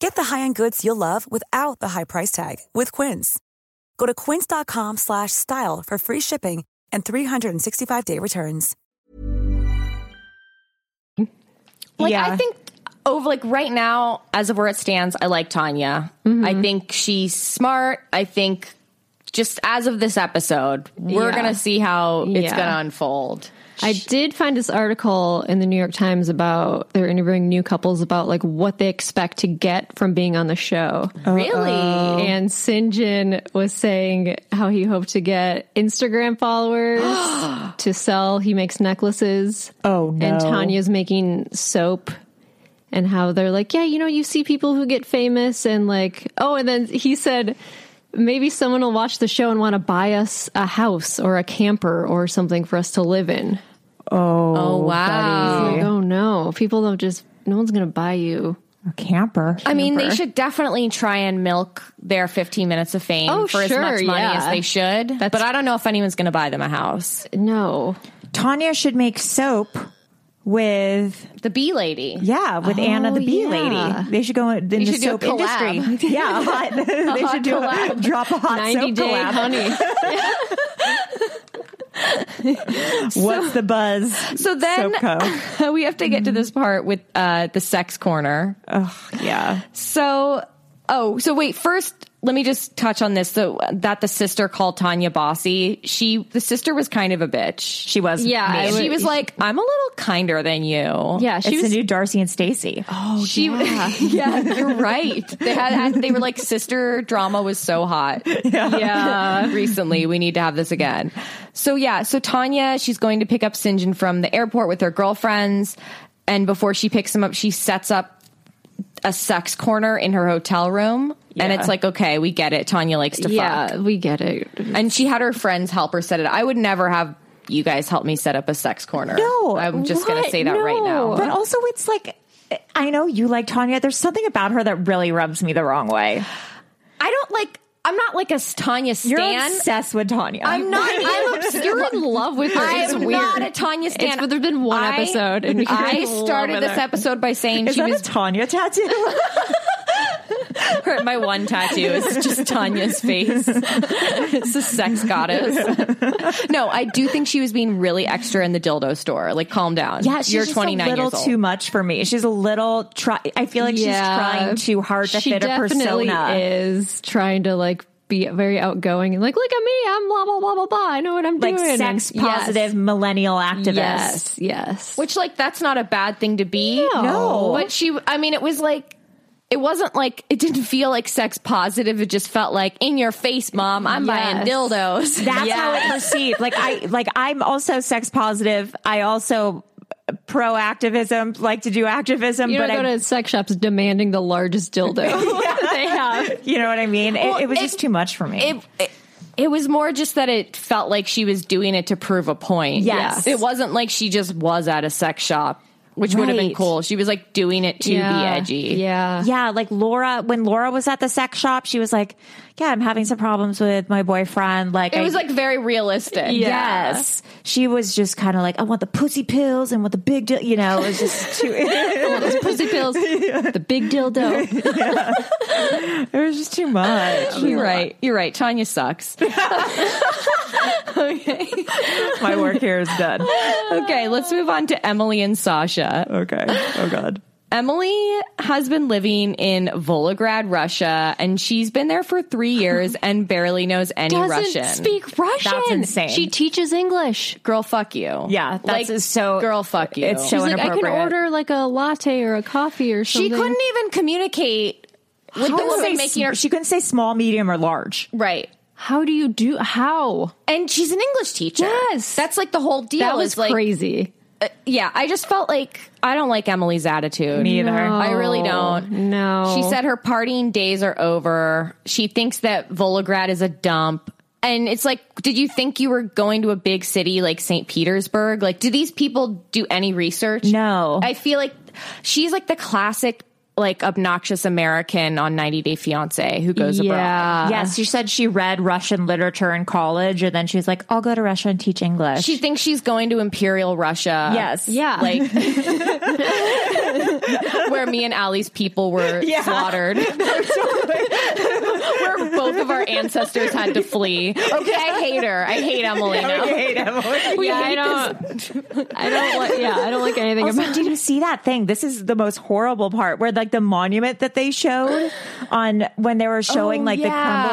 D: Get the high-end goods you'll love without the high price tag with Quince. Go to quince.com/style slash style for free shipping and 365-day returns.
B: Like
A: Yeah.
B: I think over like right now, as of where it stands, I like Tanya. I think she's smart. I think just as of this episode, we're
C: Yeah.
B: gonna see how it's
C: Yeah.
B: gonna unfold.
C: I did find this article in the New York Times about they're interviewing new couples about like what they expect to get from being on the show.
A: Oh.
B: Really?
C: And Sinjin was saying how he hoped to get
A: *gasps*
C: Instagram followers to sell. He makes necklaces.
A: Oh, no.
C: And Tanya's making soap. And how they're like, yeah, you know, you see people who get famous and like, oh, and then he said, maybe someone will watch the show and want to buy us a house or a camper or something for us to live in.
B: Oh wow.
C: Like, oh no, people don't just, no one's going to buy you.
A: A camper.
B: I mean, they
C: Camper.
B: should definitely try and milk their 15 minutes of fame
C: Oh,
B: for
C: sure,
B: as much money
C: yeah.
B: as they should. but I don't know if anyone's going to buy them a house.
C: No.
A: Tanya should make soap with
B: The bee lady.
A: yeah with Anna the Bee
C: yeah.
A: Lady. They should go in the
B: Oh, should do a
A: soap
B: collab.
A: industry. Yeah, a
B: *laughs*
A: hot, *laughs* they should do a, drop a hot
C: 90
A: soap
C: day
A: collab.
C: honey.
B: *laughs*
A: What's the buzz?
B: So then
A: soap co.
B: *laughs* we have to get
C: Mm-hmm.
B: to this part with uh, the sex corner.
C: Uh.
A: Yeah.
B: So, oh, so wait, first, let me just touch on this. So, uh, that the sister called Tanya bossy. She, the sister was kind of a bitch. She was.
C: Yeah, I
B: She
C: would-
B: was like, I'm a little kinder than you.
C: Yeah, she
A: it's
C: was
A: the new Darcy and Stacy. Oh,
B: She, *laughs* yeah. you're right. They had, had- they were like sister drama was so hot. Yeah. recently we need to have this again. So yeah, so Tanya, she's going to pick up Sinjin from the airport with her girlfriends, and before she picks him up, she sets up a sex corner in her hotel room, and
A: Yeah.
B: it's like, okay, we get it. Tanya likes to
C: yeah,
B: fuck,
C: we get it.
B: and she had her friends help her set it. I would never have. You guys help me set up a sex corner.
A: No,
B: I'm just gonna
A: what?
B: say that right now.
C: No.
A: but also it's like I know you like Tanya. There's something about her that really rubs me the wrong way.
B: I don't like. I'm not like a Tanya stan.
A: You're obsessed with Tanya.
B: I'm
A: *laughs*
B: not. I'm obs- you're in love with her.
C: It's
B: I'm
C: weird.
B: not a Tanya stan.
C: It's- but there's been one
B: I-
C: episode and you're
B: I
C: in love
B: started
C: with
B: this
C: her.
B: episode by saying
A: Is
B: she
A: that
B: was
A: a Tanya tattoo?
B: hurt. My one tattoo is just Tanya's face. *laughs* it's a sex goddess. no, I do think she was being really extra in the dildo store. Like, calm down.
A: Yeah, she's
B: you're
A: just
B: 29
A: a little
B: years old.
A: too much for me. She's a little try. I feel like
C: Yeah.
A: she's trying too hard to
C: she
A: fit a
C: definitely
A: persona.
C: Is trying to like be very outgoing and like look at me, I'm blah blah blah blah blah. I know what I'm
A: like
C: doing.
A: sex
C: And- yes.
A: positive millennial activist.
C: Yes, yes.
B: Which, like, that's not a bad thing to be.
A: No.
B: But she, I mean, it was like, it wasn't like, it didn't feel like sex positive. It just felt like, in your face, mom, I'm buying
C: Yes.
B: dildos.
A: That's how it perceived. Like I like I'm also sex positive. I also pro activism, like to do activism,
C: You
A: but
C: don't go
A: *laughs* I,
C: to sex shops demanding the
A: *laughs*
C: largest dildo *laughs* they have.
A: you know what I mean? It,
B: Well,
A: it was
B: it-
A: just too much for me.
B: it, it it was more just that it felt like she was doing it to prove a point.
A: Yes.
B: It wasn't like she just was at a sex shop, which would have been
A: Right.
B: cool. She was like doing it to be edgy.
C: Yeah.
A: yeah, like Laura, when Laura was at the sex shop, she was like, "Yeah, I'm having some problems with my boyfriend." Like,
B: It
A: I-
B: was like very realistic.
A: yes, she was just kind of like, "I want the pussy pills and want the big deal," you know. It was just too, *laughs* it
C: Those
A: *laughs*
C: pussy pills, the big dildo.
A: was just too much.
B: You're right. You're right. Tanya sucks.
A: My work here is done.
B: okay, let's move on to Emily and Sasha.
A: Okay. Oh God.
B: Emily has been living in Volgograd, Russia, and she's been there for three years and barely knows any
C: Doesn't
B: Russian.
C: speak Russian.
A: That's insane.
C: She teaches English.
B: girl, fuck you.
A: Yeah, that's
B: like,
A: so-
B: Girl, fuck you.
A: it's so
C: She's like, I can
A: Inappropriate.
C: order like a latte or a coffee or something.
B: She couldn't even communicate with the woman making her.
A: she couldn't say small, medium, or large.
B: Right.
C: How do you do? How?
B: And she's an English teacher.
C: Yes.
B: That's like the whole deal.
C: That was
B: is, like,
C: crazy.
B: uh, yeah, I just felt like I don't like Emily's attitude.
A: Me either.
B: I really don't.
C: No.
B: She said her partying days are over. She thinks that Volgograd is a dump. And it's like, did you think you were going to a big city like St. Petersburg? Like, do these people do any research?
A: No.
B: I feel like she's like the classic, like, obnoxious American on 90 Day Fiancé who goes abroad.
C: Yeah.
A: yes, she said she read Russian literature in college, and then she's like, "I'll go to Russia and teach English." Uh,
B: She thinks she's going to Imperial Russia.
A: yes,
C: Yeah.
B: Like,
A: *laughs*
B: where me and Ali's people were
A: *laughs*
B: slaughtered. where both of our ancestors had to flee. Okay, I hate her. I hate Emily now.
A: hate
B: *laughs*
A: Emily.
C: yeah, I don't. I don't. Like, yeah, I don't like anything
A: Also,
C: about.
A: did you see that thing? This is the most horrible part, where like the monument that they showed on when they were showing
C: Oh,
A: like
C: yeah.
A: the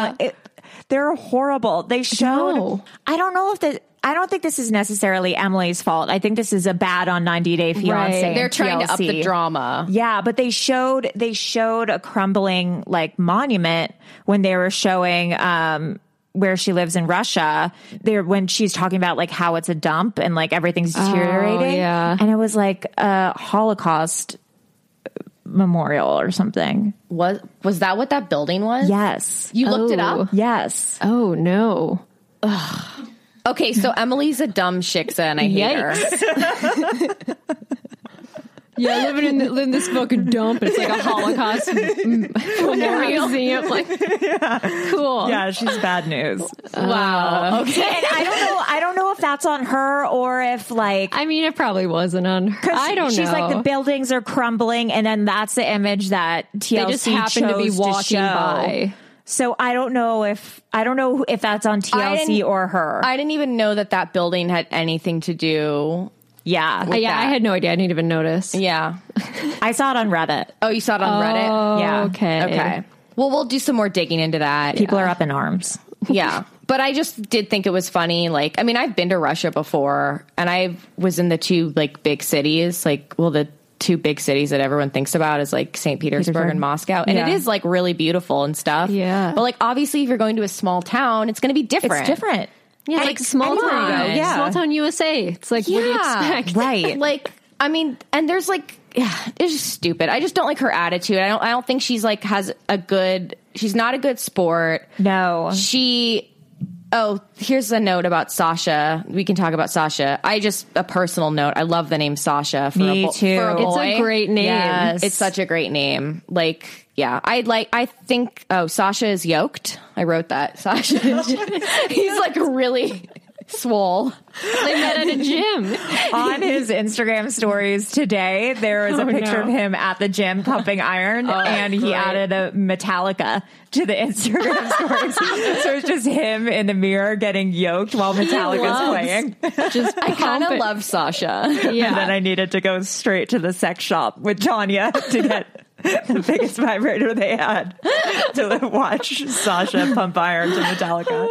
A: crumbling. It, they're horrible. They showed.
C: No.
A: I don't know if the. I don't think this is necessarily Emily's fault. I think this is a bad on 90 Day Fiance.
C: Right.
A: and
B: They're trying to up the
A: TLC.
B: drama.
A: Yeah, but they showed they showed a crumbling like monument when they were showing um where she lives in Russia. There when she's talking about like how it's a dump and like everything's deteriorating.
C: yeah.
A: And it was like a Holocaust memorial or something.
B: Was was that what that building was?
A: Yes.
B: You looked it
C: Oh.
B: up?
A: Yes.
C: Oh no!
B: Okay, so Emily's a dumb shiksa and I hate her.
C: Oh. Yikes! yeah, living in, the, in this fucking dump. It's like a Holocaust m- memorial museum. Like, cool.
A: Yeah, she's bad news. *laughs*
C: Wow.
A: and I don't know I don't know if that's on her or if like
C: I mean, it probably wasn't on her.
A: 'Cause
C: I don't
A: she's
C: know.
A: like the buildings are crumbling, and then that's the image that TLC
C: They just happen to be
A: chose
C: walking
A: show.
C: by.
A: So I don't know if I don't know if that's on TLC
B: didn't-
A: or her.
B: I didn't even know that that building had anything to do.
A: yeah, I,
C: Uh, yeah,
B: that.
C: I had no idea. I didn't even notice.
B: Yeah.
A: saw it on Reddit.
B: Oh, you saw it on Reddit?
A: yeah.
C: okay.
B: Okay. Well, we'll do some more digging into that.
A: People are up in arms.
B: *laughs* yeah but i just did think it was funny like i mean i've been to russia before and i was in the two like big cities like well the two big cities that everyone thinks about is like st petersburg, and moscow and it
A: Yeah.
B: is like really beautiful and stuff
C: Yeah.
B: but like obviously if you're going to a small town it's going to be different
A: Different.
C: Yeah,
B: And-
C: like small
B: come on,
C: town.
B: yeah.
C: Small town USA. It's like, what do you
B: Yeah. *laughs*
C: expect? *laughs*
A: Right.
B: like i mean and there's like yeah, it's just stupid i just don't like her attitude i don't i don't think she's like has a good she's not a good sport
A: No.
B: she oh here's a note about sasha we can talk about sasha i just a personal note i love the name sasha for
A: Me
B: a, bo-
A: too.
B: for
A: It's a
B: boy.
C: great name.
B: Yes. it's such a great name like yeah i like i think oh sasha is yoked i wrote that sasha *laughs* he's like really *laughs* swole
C: They met at a gym.
A: on his Instagram stories today, there
C: *laughs*
A: was a picture
C: Oh, no. Oh,
A: of him at the gym pumping iron,
C: *laughs*
A: and he added a Metallica to the Instagram *laughs* stories. so it's just him in the mirror getting yoked while Metallica's
C: loves
A: playing.
C: Just
B: i kind
C: pump
B: of
C: it.
B: love sasha
C: Yeah.
A: And then I needed to go straight to the sex shop with Tanya *laughs* to get the biggest vibrator they had to watch Sasha pump iron to Metallica.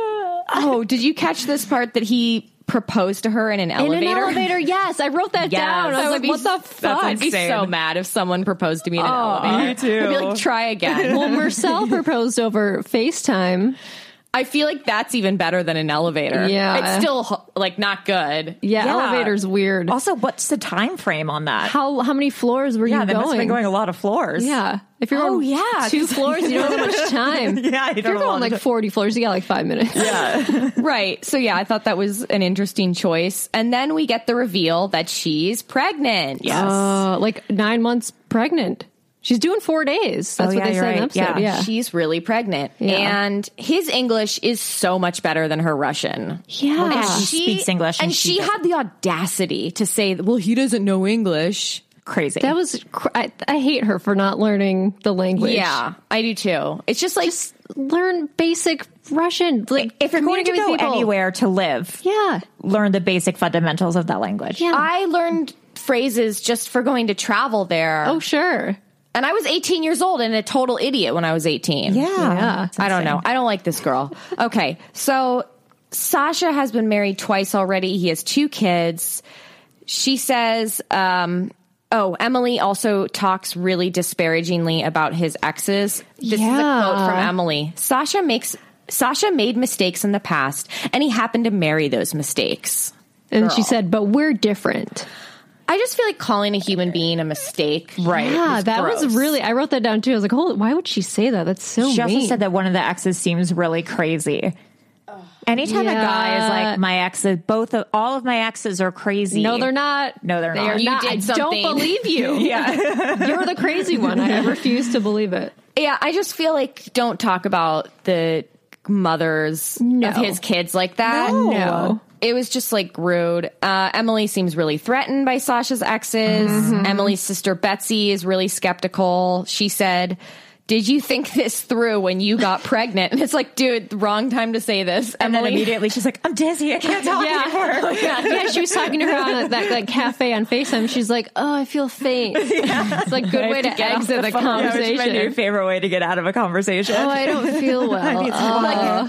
B: oh did you catch this part that he proposed to her in an
C: in *laughs*
B: elevator
C: an elevator. Yes, I wrote that
A: Yes.
C: down. I
A: That
C: was
A: would
C: like,
A: be
C: what the fuck? Oh.
B: I'd be so
A: insane.
B: mad if someone proposed to me in an elevator.
A: me too.
B: *laughs* I'd be like, try again.
C: Well, Marcel proposed over FaceTime.
B: I feel like that's even better than an elevator.
C: Yeah.
B: It's still like not good.
C: Yeah, elevator's weird.
A: Also, what's the time frame on that?
C: how how many floors were
A: yeah,
C: you
A: they must have
C: going?
A: been going a lot of floors.
C: Yeah, if you're
A: Oh,
C: on
A: yeah, *laughs*
C: two
A: 'cause-
C: floors, you don't have much time.
A: *laughs* Yeah, you
C: if
A: don't
C: you're
A: have a lot
C: going
A: of
C: like
A: time.
C: forty floors, you got like five
A: *laughs*
C: minutes.
A: Yeah.
B: Right. So yeah, I thought that was an interesting choice. And then we get the reveal that she's pregnant. Oh, Yes.
C: Uh, like nine months pregnant. She's doing four days. That's
A: Oh,
C: what
A: yeah,
C: they said
A: you're
C: in the
A: right.
C: episode. Yeah.
A: Yeah.
B: She's really pregnant. And his English is so much better than her Russian.
C: Yeah.
B: And
A: she speaks English
B: Ah. And,
A: and
B: she,
A: she
B: had the audacity to say, well, he doesn't know English.
A: Crazy.
C: that was. cr- I, I hate her for not learning the language.
B: Yeah, I do too. It's just like,
C: Just learn basic Russian. Like
A: if you're going to
C: communicate
A: go
C: with people.
A: anywhere to live,
C: Yeah.
A: learn the basic fundamentals of that language.
C: Yeah.
B: I learned phrases just for going to travel there.
C: Oh sure.
B: And I was 18 years old and a total idiot when I was 18.
A: Yeah.
B: Uh, I don't know. I don't like this girl. Okay. So Sasha has been married twice already. He has two kids. She says, um, Oh, Emily also talks really disparagingly about his exes. This is a
C: Yeah.
B: quote from Emily. Sasha makes Sasha made mistakes in the past and he happened to marry those mistakes.
C: And she said, "But we're different."
B: I just feel like calling a human being a mistake. Right.
C: Yeah, that was really. I wrote that down too. I was like, "Holy, why would she say that? That's so
A: She also
C: mean."
A: said that one of the exes seems really crazy. Anytime a guy is
C: Yeah.
A: like, my exes, both of all of my exes are crazy.
C: no, they're not.
A: No, they're
C: They
A: not.
C: are
A: You
C: not.
B: did
C: I
B: something.
C: don't believe you.
A: *laughs*
C: yeah, *laughs* you're the crazy one. I refuse to believe it.
B: Yeah, I just feel like don't talk about the mothers
C: No.
B: of his kids like that.
C: No. No.
B: It was just like rude. Uh, Emily seems really threatened by Sasha's exes.
A: Mm-hmm.
B: Emily's sister Betsy is really skeptical. She said, Did you think this through when you got *laughs* pregnant? And it's like, dude, wrong time to say this.
A: and then
B: Emily. *laughs*
A: immediately she's like, I'm dizzy. I can't *laughs* talk
C: Yeah.
A: anymore.
C: yeah, she was talking to her on that, that cafe on Facetime. She's like, "Oh, I
A: *laughs*
C: feel faint." It's like good way to exit
A: Yeah,
C: a
A: it's my new *laughs*
C: conversation.
A: favorite way to get out of a conversation.
C: oh, I don't feel well. Oh.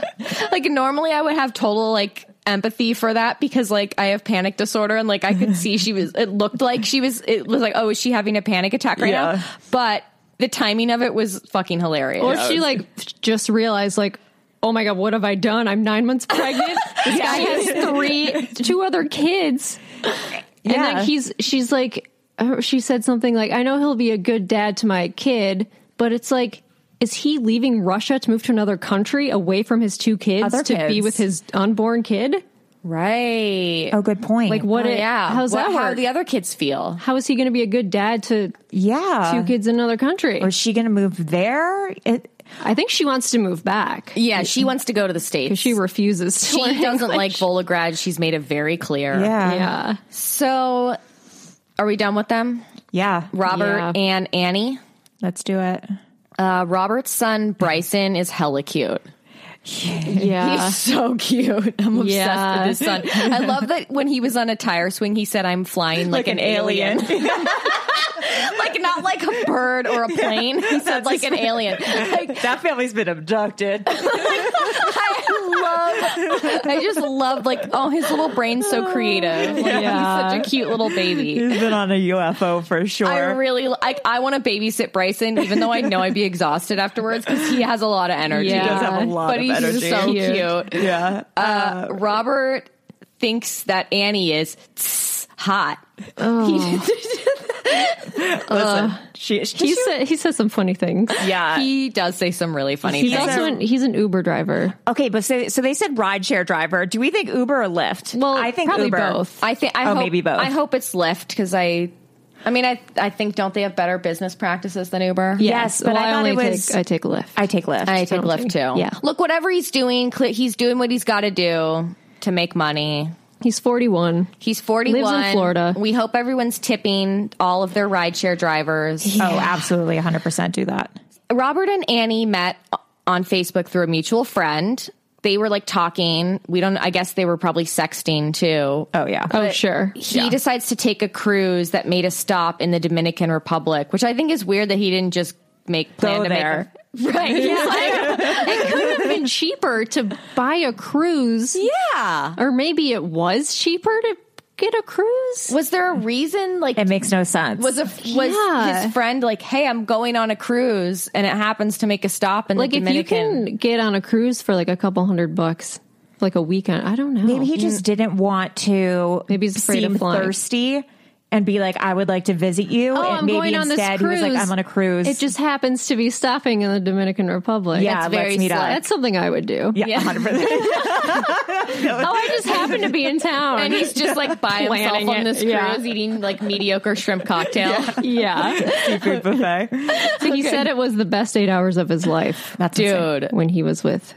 B: *laughs* like normally I would have total like empathy for that because like I have panic disorder and like I could see she was it looked like she was it was like oh is she having a panic attack right
A: Yeah.
B: now but the timing of it was fucking hilarious
C: Or she like just realized like, oh my god, what have I done? I'm nine months pregnant.
B: *laughs*
C: This guy has three, two other kids, and
A: Yeah.
C: then he's she's like, uh, she said something like, I know he'll be a good dad to my kid, but it's like. Is he leaving Russia to move to another country away from his two kids
A: Other
C: to be
A: kids.
C: with his unborn kid?
B: right
A: Oh, good point.
C: Like what?
B: Oh,
C: it-
B: yeah
C: How's
B: What-
C: that
B: how
C: work?
B: do the other kids feel
C: how is he going to be a good dad to
A: Yeah.
C: two kids in another country?
A: Or is she going to move there? It,
C: I think she wants to move back.
B: yeah she wants to go to the states
C: She refuses to.
B: she
C: learn
B: doesn't
C: English.
B: *laughs* like
C: *laughs*
B: Volograd she's made it very clear
A: yeah.
C: Yeah.
B: so are we done with them
A: Yeah.
B: Robert
C: Yeah.
B: and Annie
A: Let's do it.
B: uh, Robert's son Bryson is hella cute
C: Yeah.
B: He's so cute. I'm obsessed
C: Yeah.
B: with his son. *laughs* I love that when he was on a tire swing, he said, I'm flying like, an, alien. *laughs* like, not like a bird or a plane. He said, like an alien. Like,
A: That family's been abducted.
B: I love, I just love, like, oh, his little brain's so creative. Like,
C: Yeah.
B: He's such a cute little baby.
A: He's been on a UFO for
B: I
A: sure.
B: really, I, I want to babysit Bryson, even though I know I'd be exhausted afterwards because he has a lot of energy.
C: He does
A: have a lot
B: but
A: of
B: he's
A: energy.
B: so
C: Cute.
A: *laughs*
B: cute.
A: yeah.
B: uh, Robert thinks that Annie is tss, hot.
A: Listen, she, she,
C: He said he says some funny things.
A: yeah.
B: He does say some really funny
C: He's
B: things.
C: also an, he's an Uber driver.
A: okay, but so, so they said rideshare driver. Do we think Uber or Lyft?
C: Well,
A: I think
C: probably
A: Uber.
C: both.
B: I think I
A: Oh,
B: hope
A: maybe both.
B: I hope it's Lyft because I, I mean I I think don't they have better business practices than Uber?
A: Yes, but
C: well,
A: I
C: I,
A: thought
C: only
A: it was-
C: take I take Lyft.
A: I take Lyft.
B: I take Lyft too.
C: Yeah.
B: look whatever he's doing, cl- he's doing what he's got to do to make money.
C: he's forty one.
B: He's forty one.
C: Florida.
B: We hope everyone's tipping all of their rideshare drivers.
A: Oh, absolutely, 100% do that.
B: Robert and Annie met on Facebook through a mutual friend. They were like talking. We don't, I guess they were probably sexting too.
A: Oh, yeah.
C: Oh sure.
B: He decides to take a cruise that made a stop in the Dominican Republic, which I think is weird that he didn't just make plan
A: Go
B: to
A: there.
B: make a, *laughs* right. He's like,
C: it could have been cheaper to buy a cruise.
B: yeah.
C: Or maybe it was cheaper to get a
A: Mm,
C: cruise?
B: Was there a reason? Like,
A: It makes no sense.
B: was a was
C: Yeah.
B: his friend like, "Hey, I'm going on a cruise," and it happens to make a stop in
C: Like
B: the
C: if you
B: Dominican.
C: can get on a cruise for like a couple hundred bucks, like a weekend, I don't know.
A: Maybe he just didn't want to.
C: Mm. Maybe he's afraid
A: seem
C: of flying.
A: thirsty and be like, "I would like to visit you."
C: Oh,
A: and
C: I'm
A: maybe
C: going on this
A: instead
C: cruise.
A: He was like, "I'm on a cruise."
C: It just happens to be stopping in the Dominican Republic.
A: Yeah,
C: that's
A: let's meet up.
C: That's something I would do.
A: yeah, *laughs* 100%.
C: *laughs* Oh, I just happen to
A: *laughs*
C: be in town.
B: and he's just like by
C: *laughs*
B: himself
C: Planning
B: on
C: it,
B: this cruise,
C: yeah.
B: eating *laughs* like mediocre shrimp cocktail.
C: yeah.
A: seafood buffet.
C: So he said it was the best eight hours of his life.
A: That's
B: Dude.
C: when he was with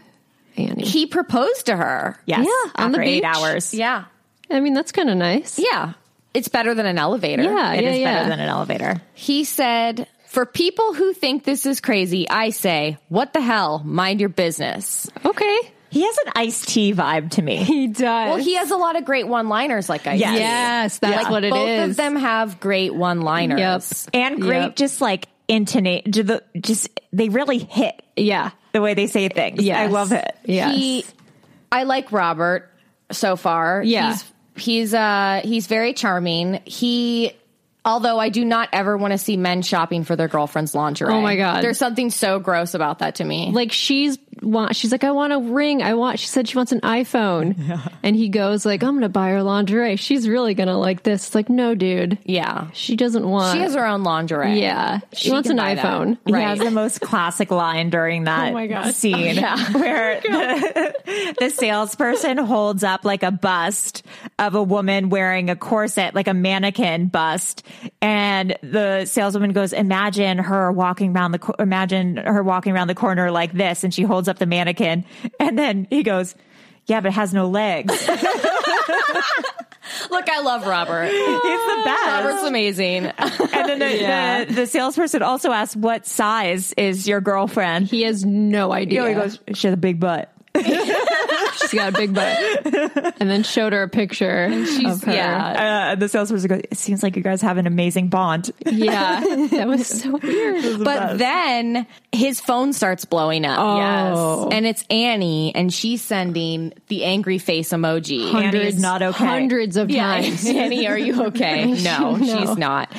C: Annie.
B: He proposed to her.
A: Yes,
C: Yeah, on the
A: after eight
C: beach.
A: hours.
B: Yeah,
C: I mean, that's kind of nice.
B: yeah. It's better than an elevator.
C: Yeah,
A: It
C: yeah,
A: is
C: yeah.
A: better than an elevator.
B: He said, "For people who think this is crazy, I say, what the hell? Mind your business."
C: okay.
A: He has an iced tea vibe to
C: *laughs*
A: me.
C: He does.
B: Well, he has a lot of great one-liners, like I
A: Yes.
B: said.
C: yes, that's
B: Like,
C: what it is.
B: both of them have great one-liners.
C: Yep.
A: And great,
C: Yep.
A: just like intonate, ju- the- just they really hit
C: Yeah.
A: the way they say things.
C: Yes.
A: I love it.
C: Yes.
B: He, I like Robert so far.
C: Yeah.
B: He's he's uh he's very charming. He although I do not ever want to see men shopping for their girlfriend's lingerie.
C: Oh my God.
B: There's something so gross about that to me.
C: like she's want she's like I want a ring. I want she said she wants an iPhone. And he goes like I'm going to buy her lingerie. She's really going to like this. It's like no dude.
B: yeah.
C: She doesn't want
B: She has her own lingerie.
C: Yeah. She,
B: She
C: wants
B: can
C: an
B: buy that.
C: iPhone.
B: Right.
A: He has the most classic line during that
C: Oh my Oh God. *laughs*
A: scene where the, *laughs* the salesperson holds up like a bust of a woman wearing a corset, like a mannequin bust. And the saleswoman goes, imagine her walking around the, co- imagine her walking around the corner like this. And she holds up the mannequin. And then he goes, yeah, but it has no
C: *laughs*
A: legs. It's
B: Look, I
C: *laughs*
B: love Robert.
A: the
B: Robert's
A: best.
B: amazing.
A: And then the, the, the salesperson also asks, what size is your girlfriend?
C: He has no
A: You
C: idea.
A: know, he goes, she has a big butt.
C: She's got a big butt. and then showed her a picture. And she's of her.
B: yeah.
A: uh, the salesperson goes, "It seems like you guys have an amazing bond." *laughs*
C: Yeah. That was so weird.
B: But then his phone starts blowing up.
C: Oh.
B: Yes. And it's Annie, and she's sending the angry face emoji.
A: Annie is not okay.
C: Hundreds of
B: Yeah.
C: times.
B: *laughs* Annie, are
C: *laughs*
B: you okay? No, she's not.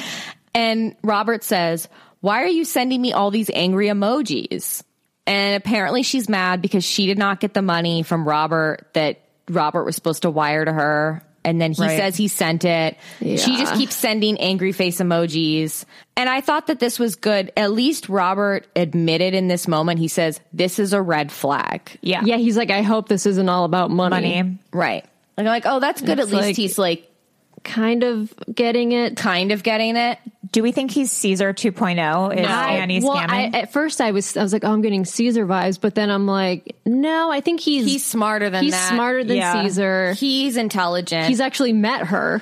B: And Robert says, Why are you sending me all these angry emojis? And apparently she's mad because she did not get the money from Robert that Robert was supposed to wire to her. And then he
A: Right.
B: says he sent it. She just keeps sending angry face emojis. And I thought that this was good. At least Robert admitted in this moment, he says, This is a red flag.
A: Yeah,
C: Yeah, he's like I hope this isn't all about money.
A: Funny.
B: Right. And I'm like, Oh, that's good.
C: It's
B: At least
C: like-
B: he's like
C: Kind of getting it.
B: kind of getting it.
A: Do we think he's Caesar 2.0? Is Annie
C: well,
A: scamming?
C: I, at first I was I was like, oh, I'm getting Caesar vibes, but then I'm like, no, I think he's
B: He's smarter than
C: he's
B: that.
C: smarter than
A: Yeah.
C: Caesar.
B: He's intelligent.
C: he's actually met her,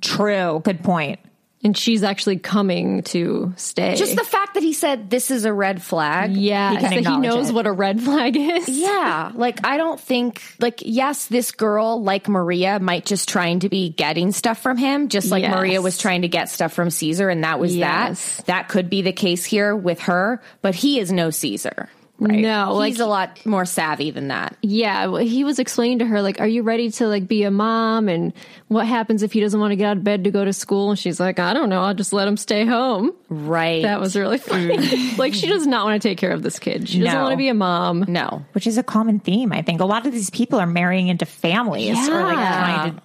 A: True. Good point.
C: and she's actually coming to stay.
B: just the fact that he said this is a red flag.
C: yeah,
A: He can
C: it's that he
A: acknowledge
C: knows
A: it.
C: what a red flag is.
B: Yeah, like I don't think like yes, this girl like Maria might just trying to be getting stuff from him, just like
C: Yes.
B: Maria was trying to get stuff from Caesar and that was
C: Yes.
B: that. That could be the case here with her, but he is no Caesar. Right?
C: No,
B: he's
C: like-
B: a lot more savvy than that.
C: Yeah, well, he was explaining to her like, "Are you ready to like be a mom?" And what happens if he doesn't want to get out of bed to go to school? And she's like, "I don't know. I'll just let him stay home."
B: Right. Mm.
C: That was really funny. *laughs* like she does not want to take care of this kid. She doesn't
A: No.
C: want to be a mom.
B: no.
A: Which is a common theme, I think. A lot of these people are marrying into families or like
C: Yeah.
A: trying to.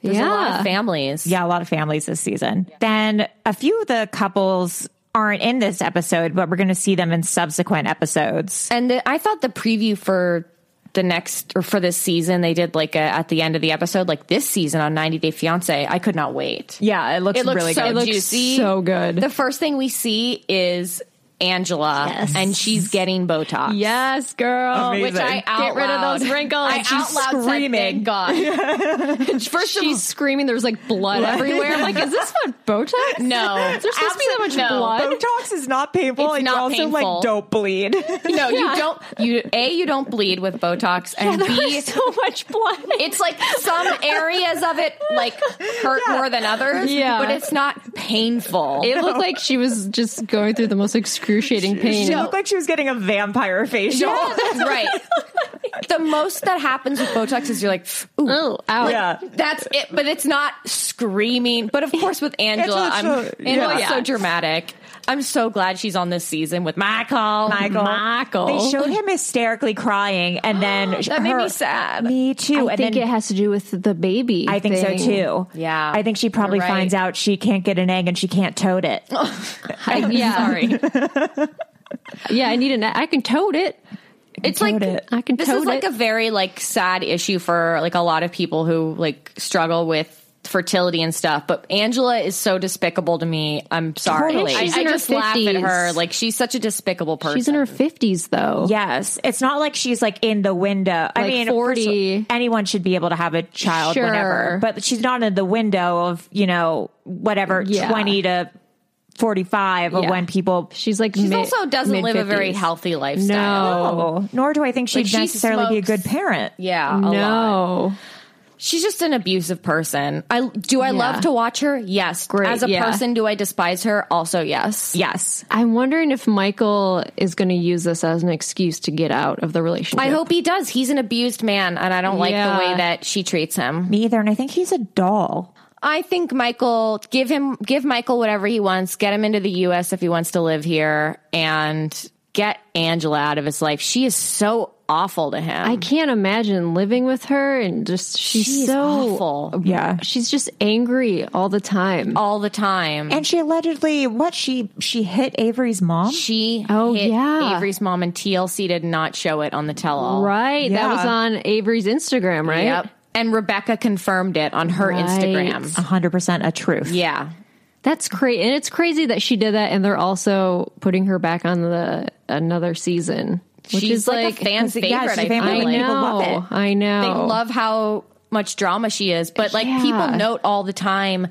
B: There's
C: yeah,
B: a lot of families.
A: Yeah, a lot of families this season. Then a few of the couples aren't in this episode, but we're going to see them in subsequent episodes.
B: And the, I thought the preview for the next or for this season, they did like a, at the end of the episode, like this season on 90 Day Fiance. I could not wait.
A: Yeah, it looks,
B: It looks
A: really
B: so
A: good.
C: looks
B: juicy,
C: so good.
B: The first thing we see is Angela, and she's getting Botox.
C: Yes, girl.
A: Amazing.
B: Which I out
C: Get rid of
B: loud-
C: those wrinkles.
B: I
C: She's
B: out loud said,
A: screaming.
B: "Thank
C: *laughs*
B: God.
C: First she's screaming. There's like blood everywhere. I'm like, is this what Botox?
B: No.
C: Is there supposed to be that much
B: Absolute- no.
C: blood?
A: Botox is not painful,
B: It's
A: and
B: not
A: you also
B: painful.
A: like don't bleed. *laughs*
B: No, you don't. You a you don't bleed with Botox, and b
C: *laughs* There's so much blood.
B: it's like some areas of it like hurt more than others.
C: Yeah.
B: but it's not painful.
C: *laughs* It looked like she was just going through the most excruciating pain.
A: She looked like she was getting a vampire facial.
B: right. the most that happens with Botox is you're like, ooh,
C: Oh, ow.
B: yeah. that's it. But it's not screaming. But of course, with Angela, I'm Angela's so dramatic. I'm so glad she's on this season with Michael.
A: Michael.
C: Michael.
A: They
B: *laughs*
A: showed him hysterically crying, and then
B: *gasps* That made
A: her-
B: me sad.
A: Me too.
C: I
A: and
C: think
A: then
C: it has to do with the baby.
A: I think
C: thing.
A: so too.
B: Yeah.
A: I think she probably
B: You're right. Oh.
A: finds out she can't get an egg and she can't tote it.
C: *laughs*
B: I'm sorry.
C: Yeah, I need an. I can tote it.
B: It's like
A: tote it.
C: I can
B: This
C: tote
B: is like
C: it.
B: a very like sad issue for like a lot of people who like struggle with fertility and stuff. But Angela is so despicable to me. I'm sorry.
C: Totally. She's
B: I,
C: in
B: I
C: her
B: just laugh at
C: 50s.
B: her. Like she's such a despicable person.
C: She's in her fifties though.
A: Yes, it's not like she's like in the window. I
C: Like
A: mean,
C: 40.
A: first- anyone should be able to have a child
C: Sure.
A: whenever, but she's not in the window of you know whatever
C: Yeah.
A: twenty to forty five of
C: Yeah.
A: when people.
C: She's like
B: She
C: mid-
B: also doesn't live a very
C: mid-fifties.
B: healthy lifestyle.
A: Oh, nor do I think she'd
B: Like, she
A: necessarily be a
B: smokes.
A: good parent.
B: Yeah, a lot.
C: No.
B: She's just an abusive person. I do I love to watch her? Yes.
C: Great,
B: As a
C: yeah.
B: person, do I despise her? Also, yes.
A: Yes,
C: I'm wondering if Michael is going to use this as an excuse to get out of the relationship.
B: I hope he does. He's an abused man, and I don't like
C: Yeah.
B: the way that she treats him.
A: me either. And I think he's a doll.
B: I think Michael give him give Michael whatever he wants, get him into the US if he wants to live here and get Angela out of his life. She is so awful to him.
C: I can't imagine living with her and just she's,
B: She's
C: so
B: awful.
A: Yeah.
C: She's just angry all the time.
B: all the time.
A: And she allegedly, what she she hit Avery's mom.
B: she
C: Oh,
B: hit
C: yeah.
B: Avery's mom and TLC did not show it on the tell all.
C: Right, that was
A: Yeah.
C: on Avery's Instagram, right?
B: Yep. And Rebecca confirmed it on her
C: Right.
B: Instagram.
A: hundred percent a truth.
B: Yeah.
C: That's crazy, and it's crazy that she did that, and they're also putting her back on the another season, which
B: She's
C: is like,
B: like a fan favorite.
A: yeah, she's a fan
B: I,
C: I
B: feel
A: favorite.
B: like.
A: People love
C: know, I know.
B: They love how much drama she is, but like people
C: Yeah.
B: note all the time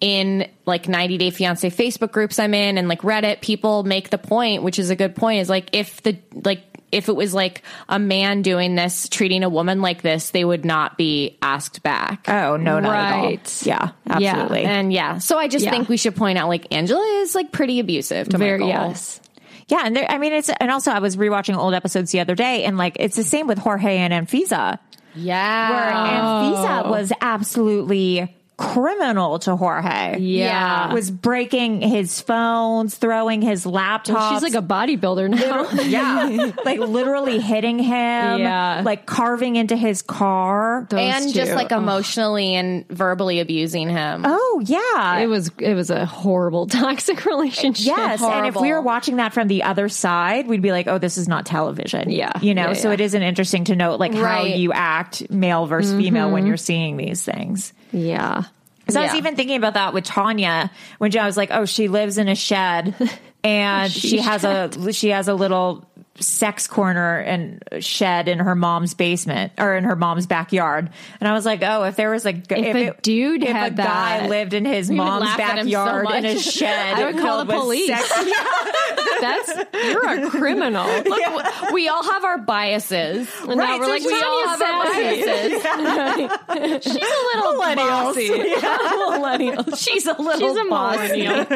B: in like 90 day fiance Facebook groups I'm in and like Reddit, people make the point, which is a good point, is like if the like if it was like a man doing this, treating a woman like this, they would not be asked back.
A: Oh no, not
C: Right.
A: at all. Yeah, absolutely.
B: And yeah, so I just
C: Yeah.
B: think we should point out like Angela is like pretty abusive to
C: Very
B: Michael.
C: yes,
A: Yeah, and there, I mean it's and also I was rewatching old episodes the other day, and like it's the same with Jorge and Anfisa,
B: Yeah.
A: where
C: Oh.
A: Anfisa was absolutely criminal to Jorge.
C: Yeah.
A: was breaking his phones, throwing his laptop.
C: she's like a bodybuilder *laughs* now.
A: yeah, *laughs* like literally hitting him.
C: Yeah.
A: like carving into his car.
C: Those
B: and just
C: two.
B: like emotionally and verbally abusing him.
A: Oh yeah,
C: it was it was a horrible *laughs* toxic relationship.
A: Yes, and if we were
B: Horrible.
A: watching that from the other side, we'd be like, "Oh, this is not television."
C: Yeah.
A: you know.
C: Yeah,
A: so
C: yeah.
A: it isn't interesting to note like how
B: Right.
A: you act, male versus female, when you're seeing these things.
C: yeah,
A: Because I was
B: Yeah.
A: even thinking about that with Tanya when I was like, "Oh, she lives in a shed, and she has a she has a little." sex corner and shed in her mom's basement or in her mom's backyard and i was like oh if there was a g- if,
C: a
A: it-
C: dude
A: if
C: had
A: a guy
C: that-
A: lived in his
B: We would
A: mom's
B: laugh at him so
A: backyard in a
B: much.
A: shed
C: I would call
A: filled
C: the
A: with
C: police.
A: sex-
C: that's you're
A: *laughs*
C: a criminal.
B: Look, we all have our biases. And now
A: Right,
B: we're
A: so
B: like, we
A: Tanya
B: all have our
A: sassy.
B: biases. She's a little bossy. *laughs*
A: millennial. She's a little
C: She's a
A: bossy. it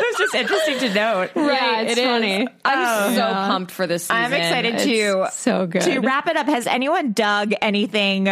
A: was just interesting to note.
C: Yeah, it's
B: it is. Oh.
C: funny.
B: I'm so pumped for this season.
A: I'm excited to
C: so good.
A: to wrap it up. Has anyone dug anything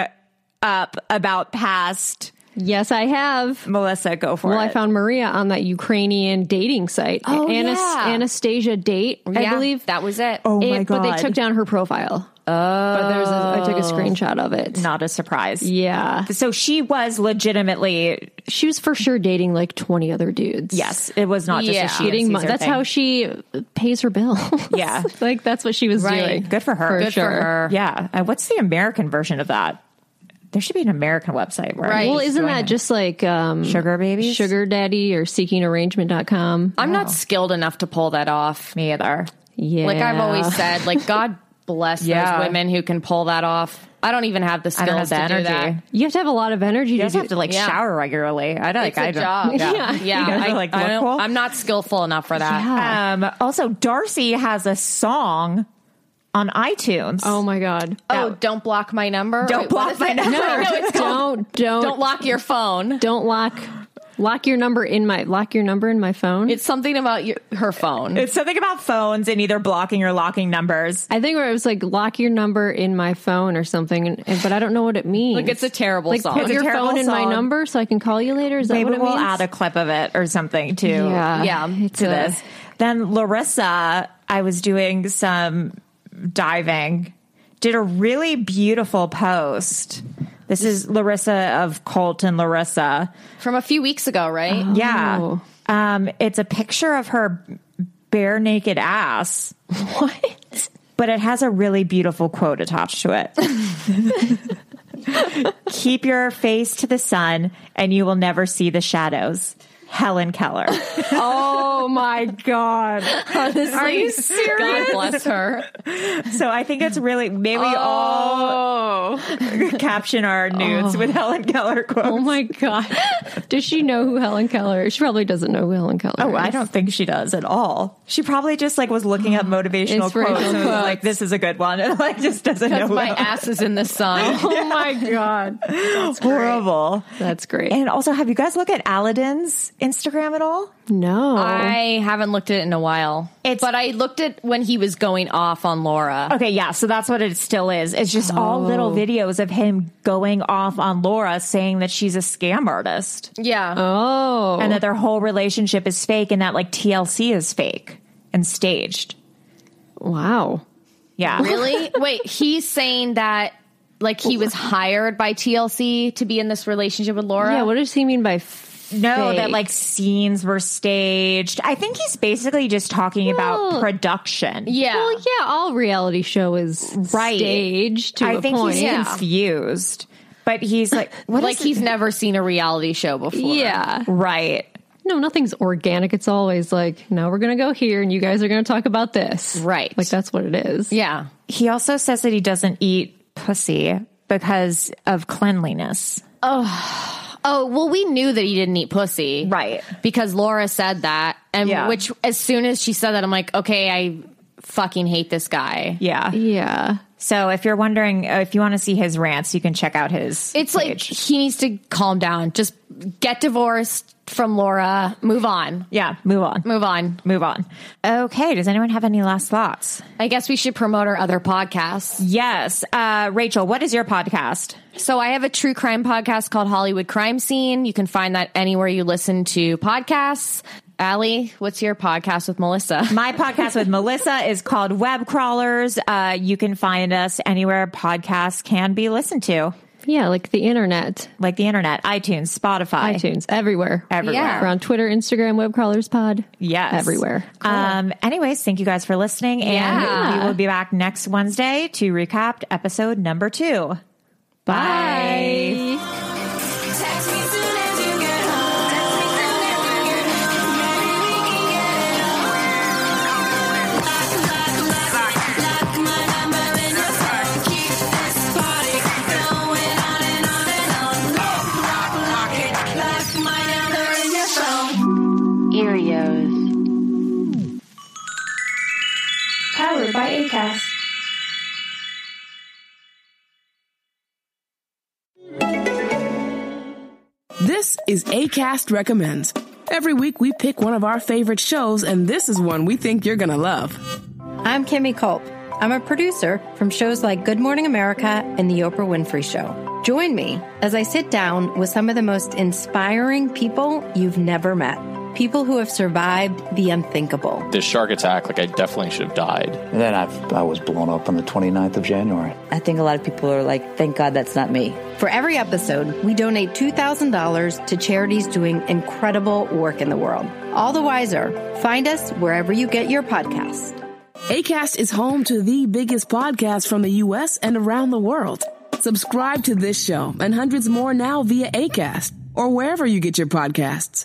A: up about past
C: Yes, I have.
A: Melissa? Go for
C: Well,
A: it.
C: I found Maria on that Ukrainian dating site, oh, Anas-
B: yeah.
C: Anastasia Date, I
B: Yeah,
C: believe.
B: that was it.
A: Oh my
C: It-
A: God.
C: But they took down her profile. Oh, but there's a, I took a screenshot of it.
A: not a surprise.
C: Yeah,
A: So she was legitimately
C: she was for sure dating like 20 other dudes.
A: yes. It was not just
B: Yeah.
A: a she. and
C: Getting mo-
A: Caesar
C: that's
A: thing.
C: how she pays her bill. *laughs*
A: Yeah.
C: like that's what she was
B: Right.
C: doing.
A: Good for her.
C: For
A: Good
C: sure.
B: her.
A: Yeah. Uh, what's the American version of that? There should be an American website where
B: Right.
C: Well,
B: She's
C: isn't that just like um,
A: Sugar babies?
C: sugar daddy or seekingarrangement.com?
B: I'm not skilled enough to pull that off.
A: me either.
C: Yeah.
B: Like I've always said, like
A: *laughs*
B: God bless
A: Yeah.
B: those women who can pull that off. I don't even have the
A: I don't
B: skills
A: have
B: to
A: the
B: do
A: energy. *laughs*
B: that.
C: You have to have a lot of energy
A: You
C: to
A: guys
C: do
A: have to like
B: Yeah.
A: shower regularly. I don't like
B: It's
A: I
B: a
A: don't.
B: job.
C: Yeah.
B: Yeah,
A: *laughs* You guys
B: yeah.
A: are,
B: I,
A: like,
B: I don't-
A: local?
B: I'm not skillful enough for that.
C: Yeah.
A: Um, also, Darcy has a song on iTunes.
C: Oh my god.
B: Oh, don't block my number.
A: Don't
B: *laughs* Wait, what
A: block
B: is
A: my
B: that?
A: number.
B: No, it's called
C: don't don't
B: Don't lock your phone.
C: don't lock Lock your number in my lock your number in my phone.
B: It's something about your, her phone.
A: It's something about phones and either blocking or locking numbers.
C: I think where it was like lock your number in my phone or something, and, and- but I don't know what it means.
B: Like, it's a terrible
C: Like,
B: song.
C: Put
B: It's a
C: your
A: terrible
C: phone in my
A: song.
C: number so I can call you later. Is that
A: Maybe
C: what it
A: we'll
C: means?
A: add a clip of it or something too.
C: Yeah.
B: Yeah,
C: It's
A: to
C: a-
A: this. Then Larissa, I was doing some diving, did a really beautiful post. This is Larissa of Colt and Larissa.
B: From a few weeks ago, right?
A: Yeah.
C: Oh.
A: Um, it's a picture of her bare naked ass. What? But it has a really beautiful quote attached to it. *laughs* Keep your face to the sun and you will never see the shadows. Helen Keller.
C: Oh
A: *laughs*
C: my god!
B: Are you serious? God bless her.
A: So I think it's really maybe all caption our nudes with Helen Keller quotes.
C: Oh my god! Does she know who Helen Keller? is? She probably doesn't know who Helen Keller.
A: Oh, I
C: is.
A: don't think she does at all. She probably just like was looking *gasps* up motivational quotes
C: Inspirational
A: and was
C: quotes.
A: like, "This is a good one," *laughs* and like just doesn't know.
B: Because my
A: what-
B: ass is in the sun.
C: Oh my god!
A: It's horrible.
C: *laughs* That's great.
A: And also, have you guys looked at Aladdin's Instagram at all?
C: no,
B: I haven't looked at it in a while.
A: It's-
B: but I looked at when he was going off on Laura.
A: Okay, yeah. So that's what it still is. It's just all little videos of him going off on Laura, saying that she's a scam artist.
B: Yeah.
C: oh,
A: and that their whole relationship is fake and that like TLC is fake and staged.
C: wow.
A: Yeah.
B: Really? Wait, he's saying that like he was hired by TLC to be in this relationship with Laura?
C: Yeah, what does he mean by? F-
A: *laughs* No, that
C: Fake.
A: like scenes were staged. I think he's basically just talking about
C: Well-
A: production.
B: yeah.
C: Well, yeah, all reality show is
A: Right.
C: staged to
A: I
C: a
A: think
C: point.
A: he's
B: Yeah.
A: confused. But he's like what
B: like
A: is
B: he's never seen a reality show before.
C: yeah.
A: it? right.
C: No, nothing's organic. It's always like, no, we're going to go here and you guys are going to talk about this.
B: Right.
C: Like, that's what it is.
B: Yeah.
A: He also says that he doesn't eat pussy because of cleanliness.
B: Oh, well we knew that he didn't eat pussy.
A: Right.
B: Because Laura said that and
A: Yeah.
B: which as soon as she said that I'm like, okay, I fucking hate this guy.
A: Yeah.
C: Yeah.
A: So if you're wondering uh, if you want to see his rants, you can check out his
B: It's like he needs to calm down. Just get divorced from Laura. Move on.
A: yeah, move on.
B: Move on.
A: move on. Okay, does anyone have any last thoughts?
B: I guess we should promote our other podcasts.
A: Yes. Uh, Rachel, what is your podcast?
B: So I have a true crime podcast called Hollywood Crime Scene. You can find that anywhere you listen to podcasts. Allie, what's your podcast with Melissa?
A: My podcast with Melissa is called Web Crawlers. Uh, you can find us anywhere podcasts can be listened to,
C: Yeah. Like the internet,
A: like the internet, iTunes, Spotify.
C: iTunes, everywhere.
A: Everywhere.
B: Yeah.
C: We're on Twitter, Instagram, Web Crawlers Pod.
A: Yes.
C: Everywhere.
A: Um, anyways, thank you guys for listening. And
B: Yeah.
A: we will be back next Wednesday to recap episode number two.
C: Bye.
E: Text me soon as you get home. Text me soon as you get home. Maybe we can get it on. Lock, lock, lock, lock my number in your phone. Keep this party going on and on and on. Lock, lock, lock it. Lock my number in your phone.
F: Erios.
G: Powered by ACAST.
E: This is ACAST Recommends. Every week we pick one of our favorite shows, and this is one we think you're gonna love.
G: I'm Kimmy Culp. I'm a producer from shows like Good Morning America and The Oprah Winfrey Show. Join me as I sit down with some of the most inspiring people you've never met. People who have survived the unthinkable.
H: this shark attack, like I definitely should have died.
I: And then I, I was blown up on the 29th of January.
G: I think a lot of people are like, thank God that's not me. For every episode, we donate $2,000 to charities doing incredible work in the world. All the wiser. Find us wherever you get your podcasts.
E: ACAST is home to the biggest podcasts from the US and around the world. Subscribe to this show and hundreds more now via ACAST or wherever you get your podcasts.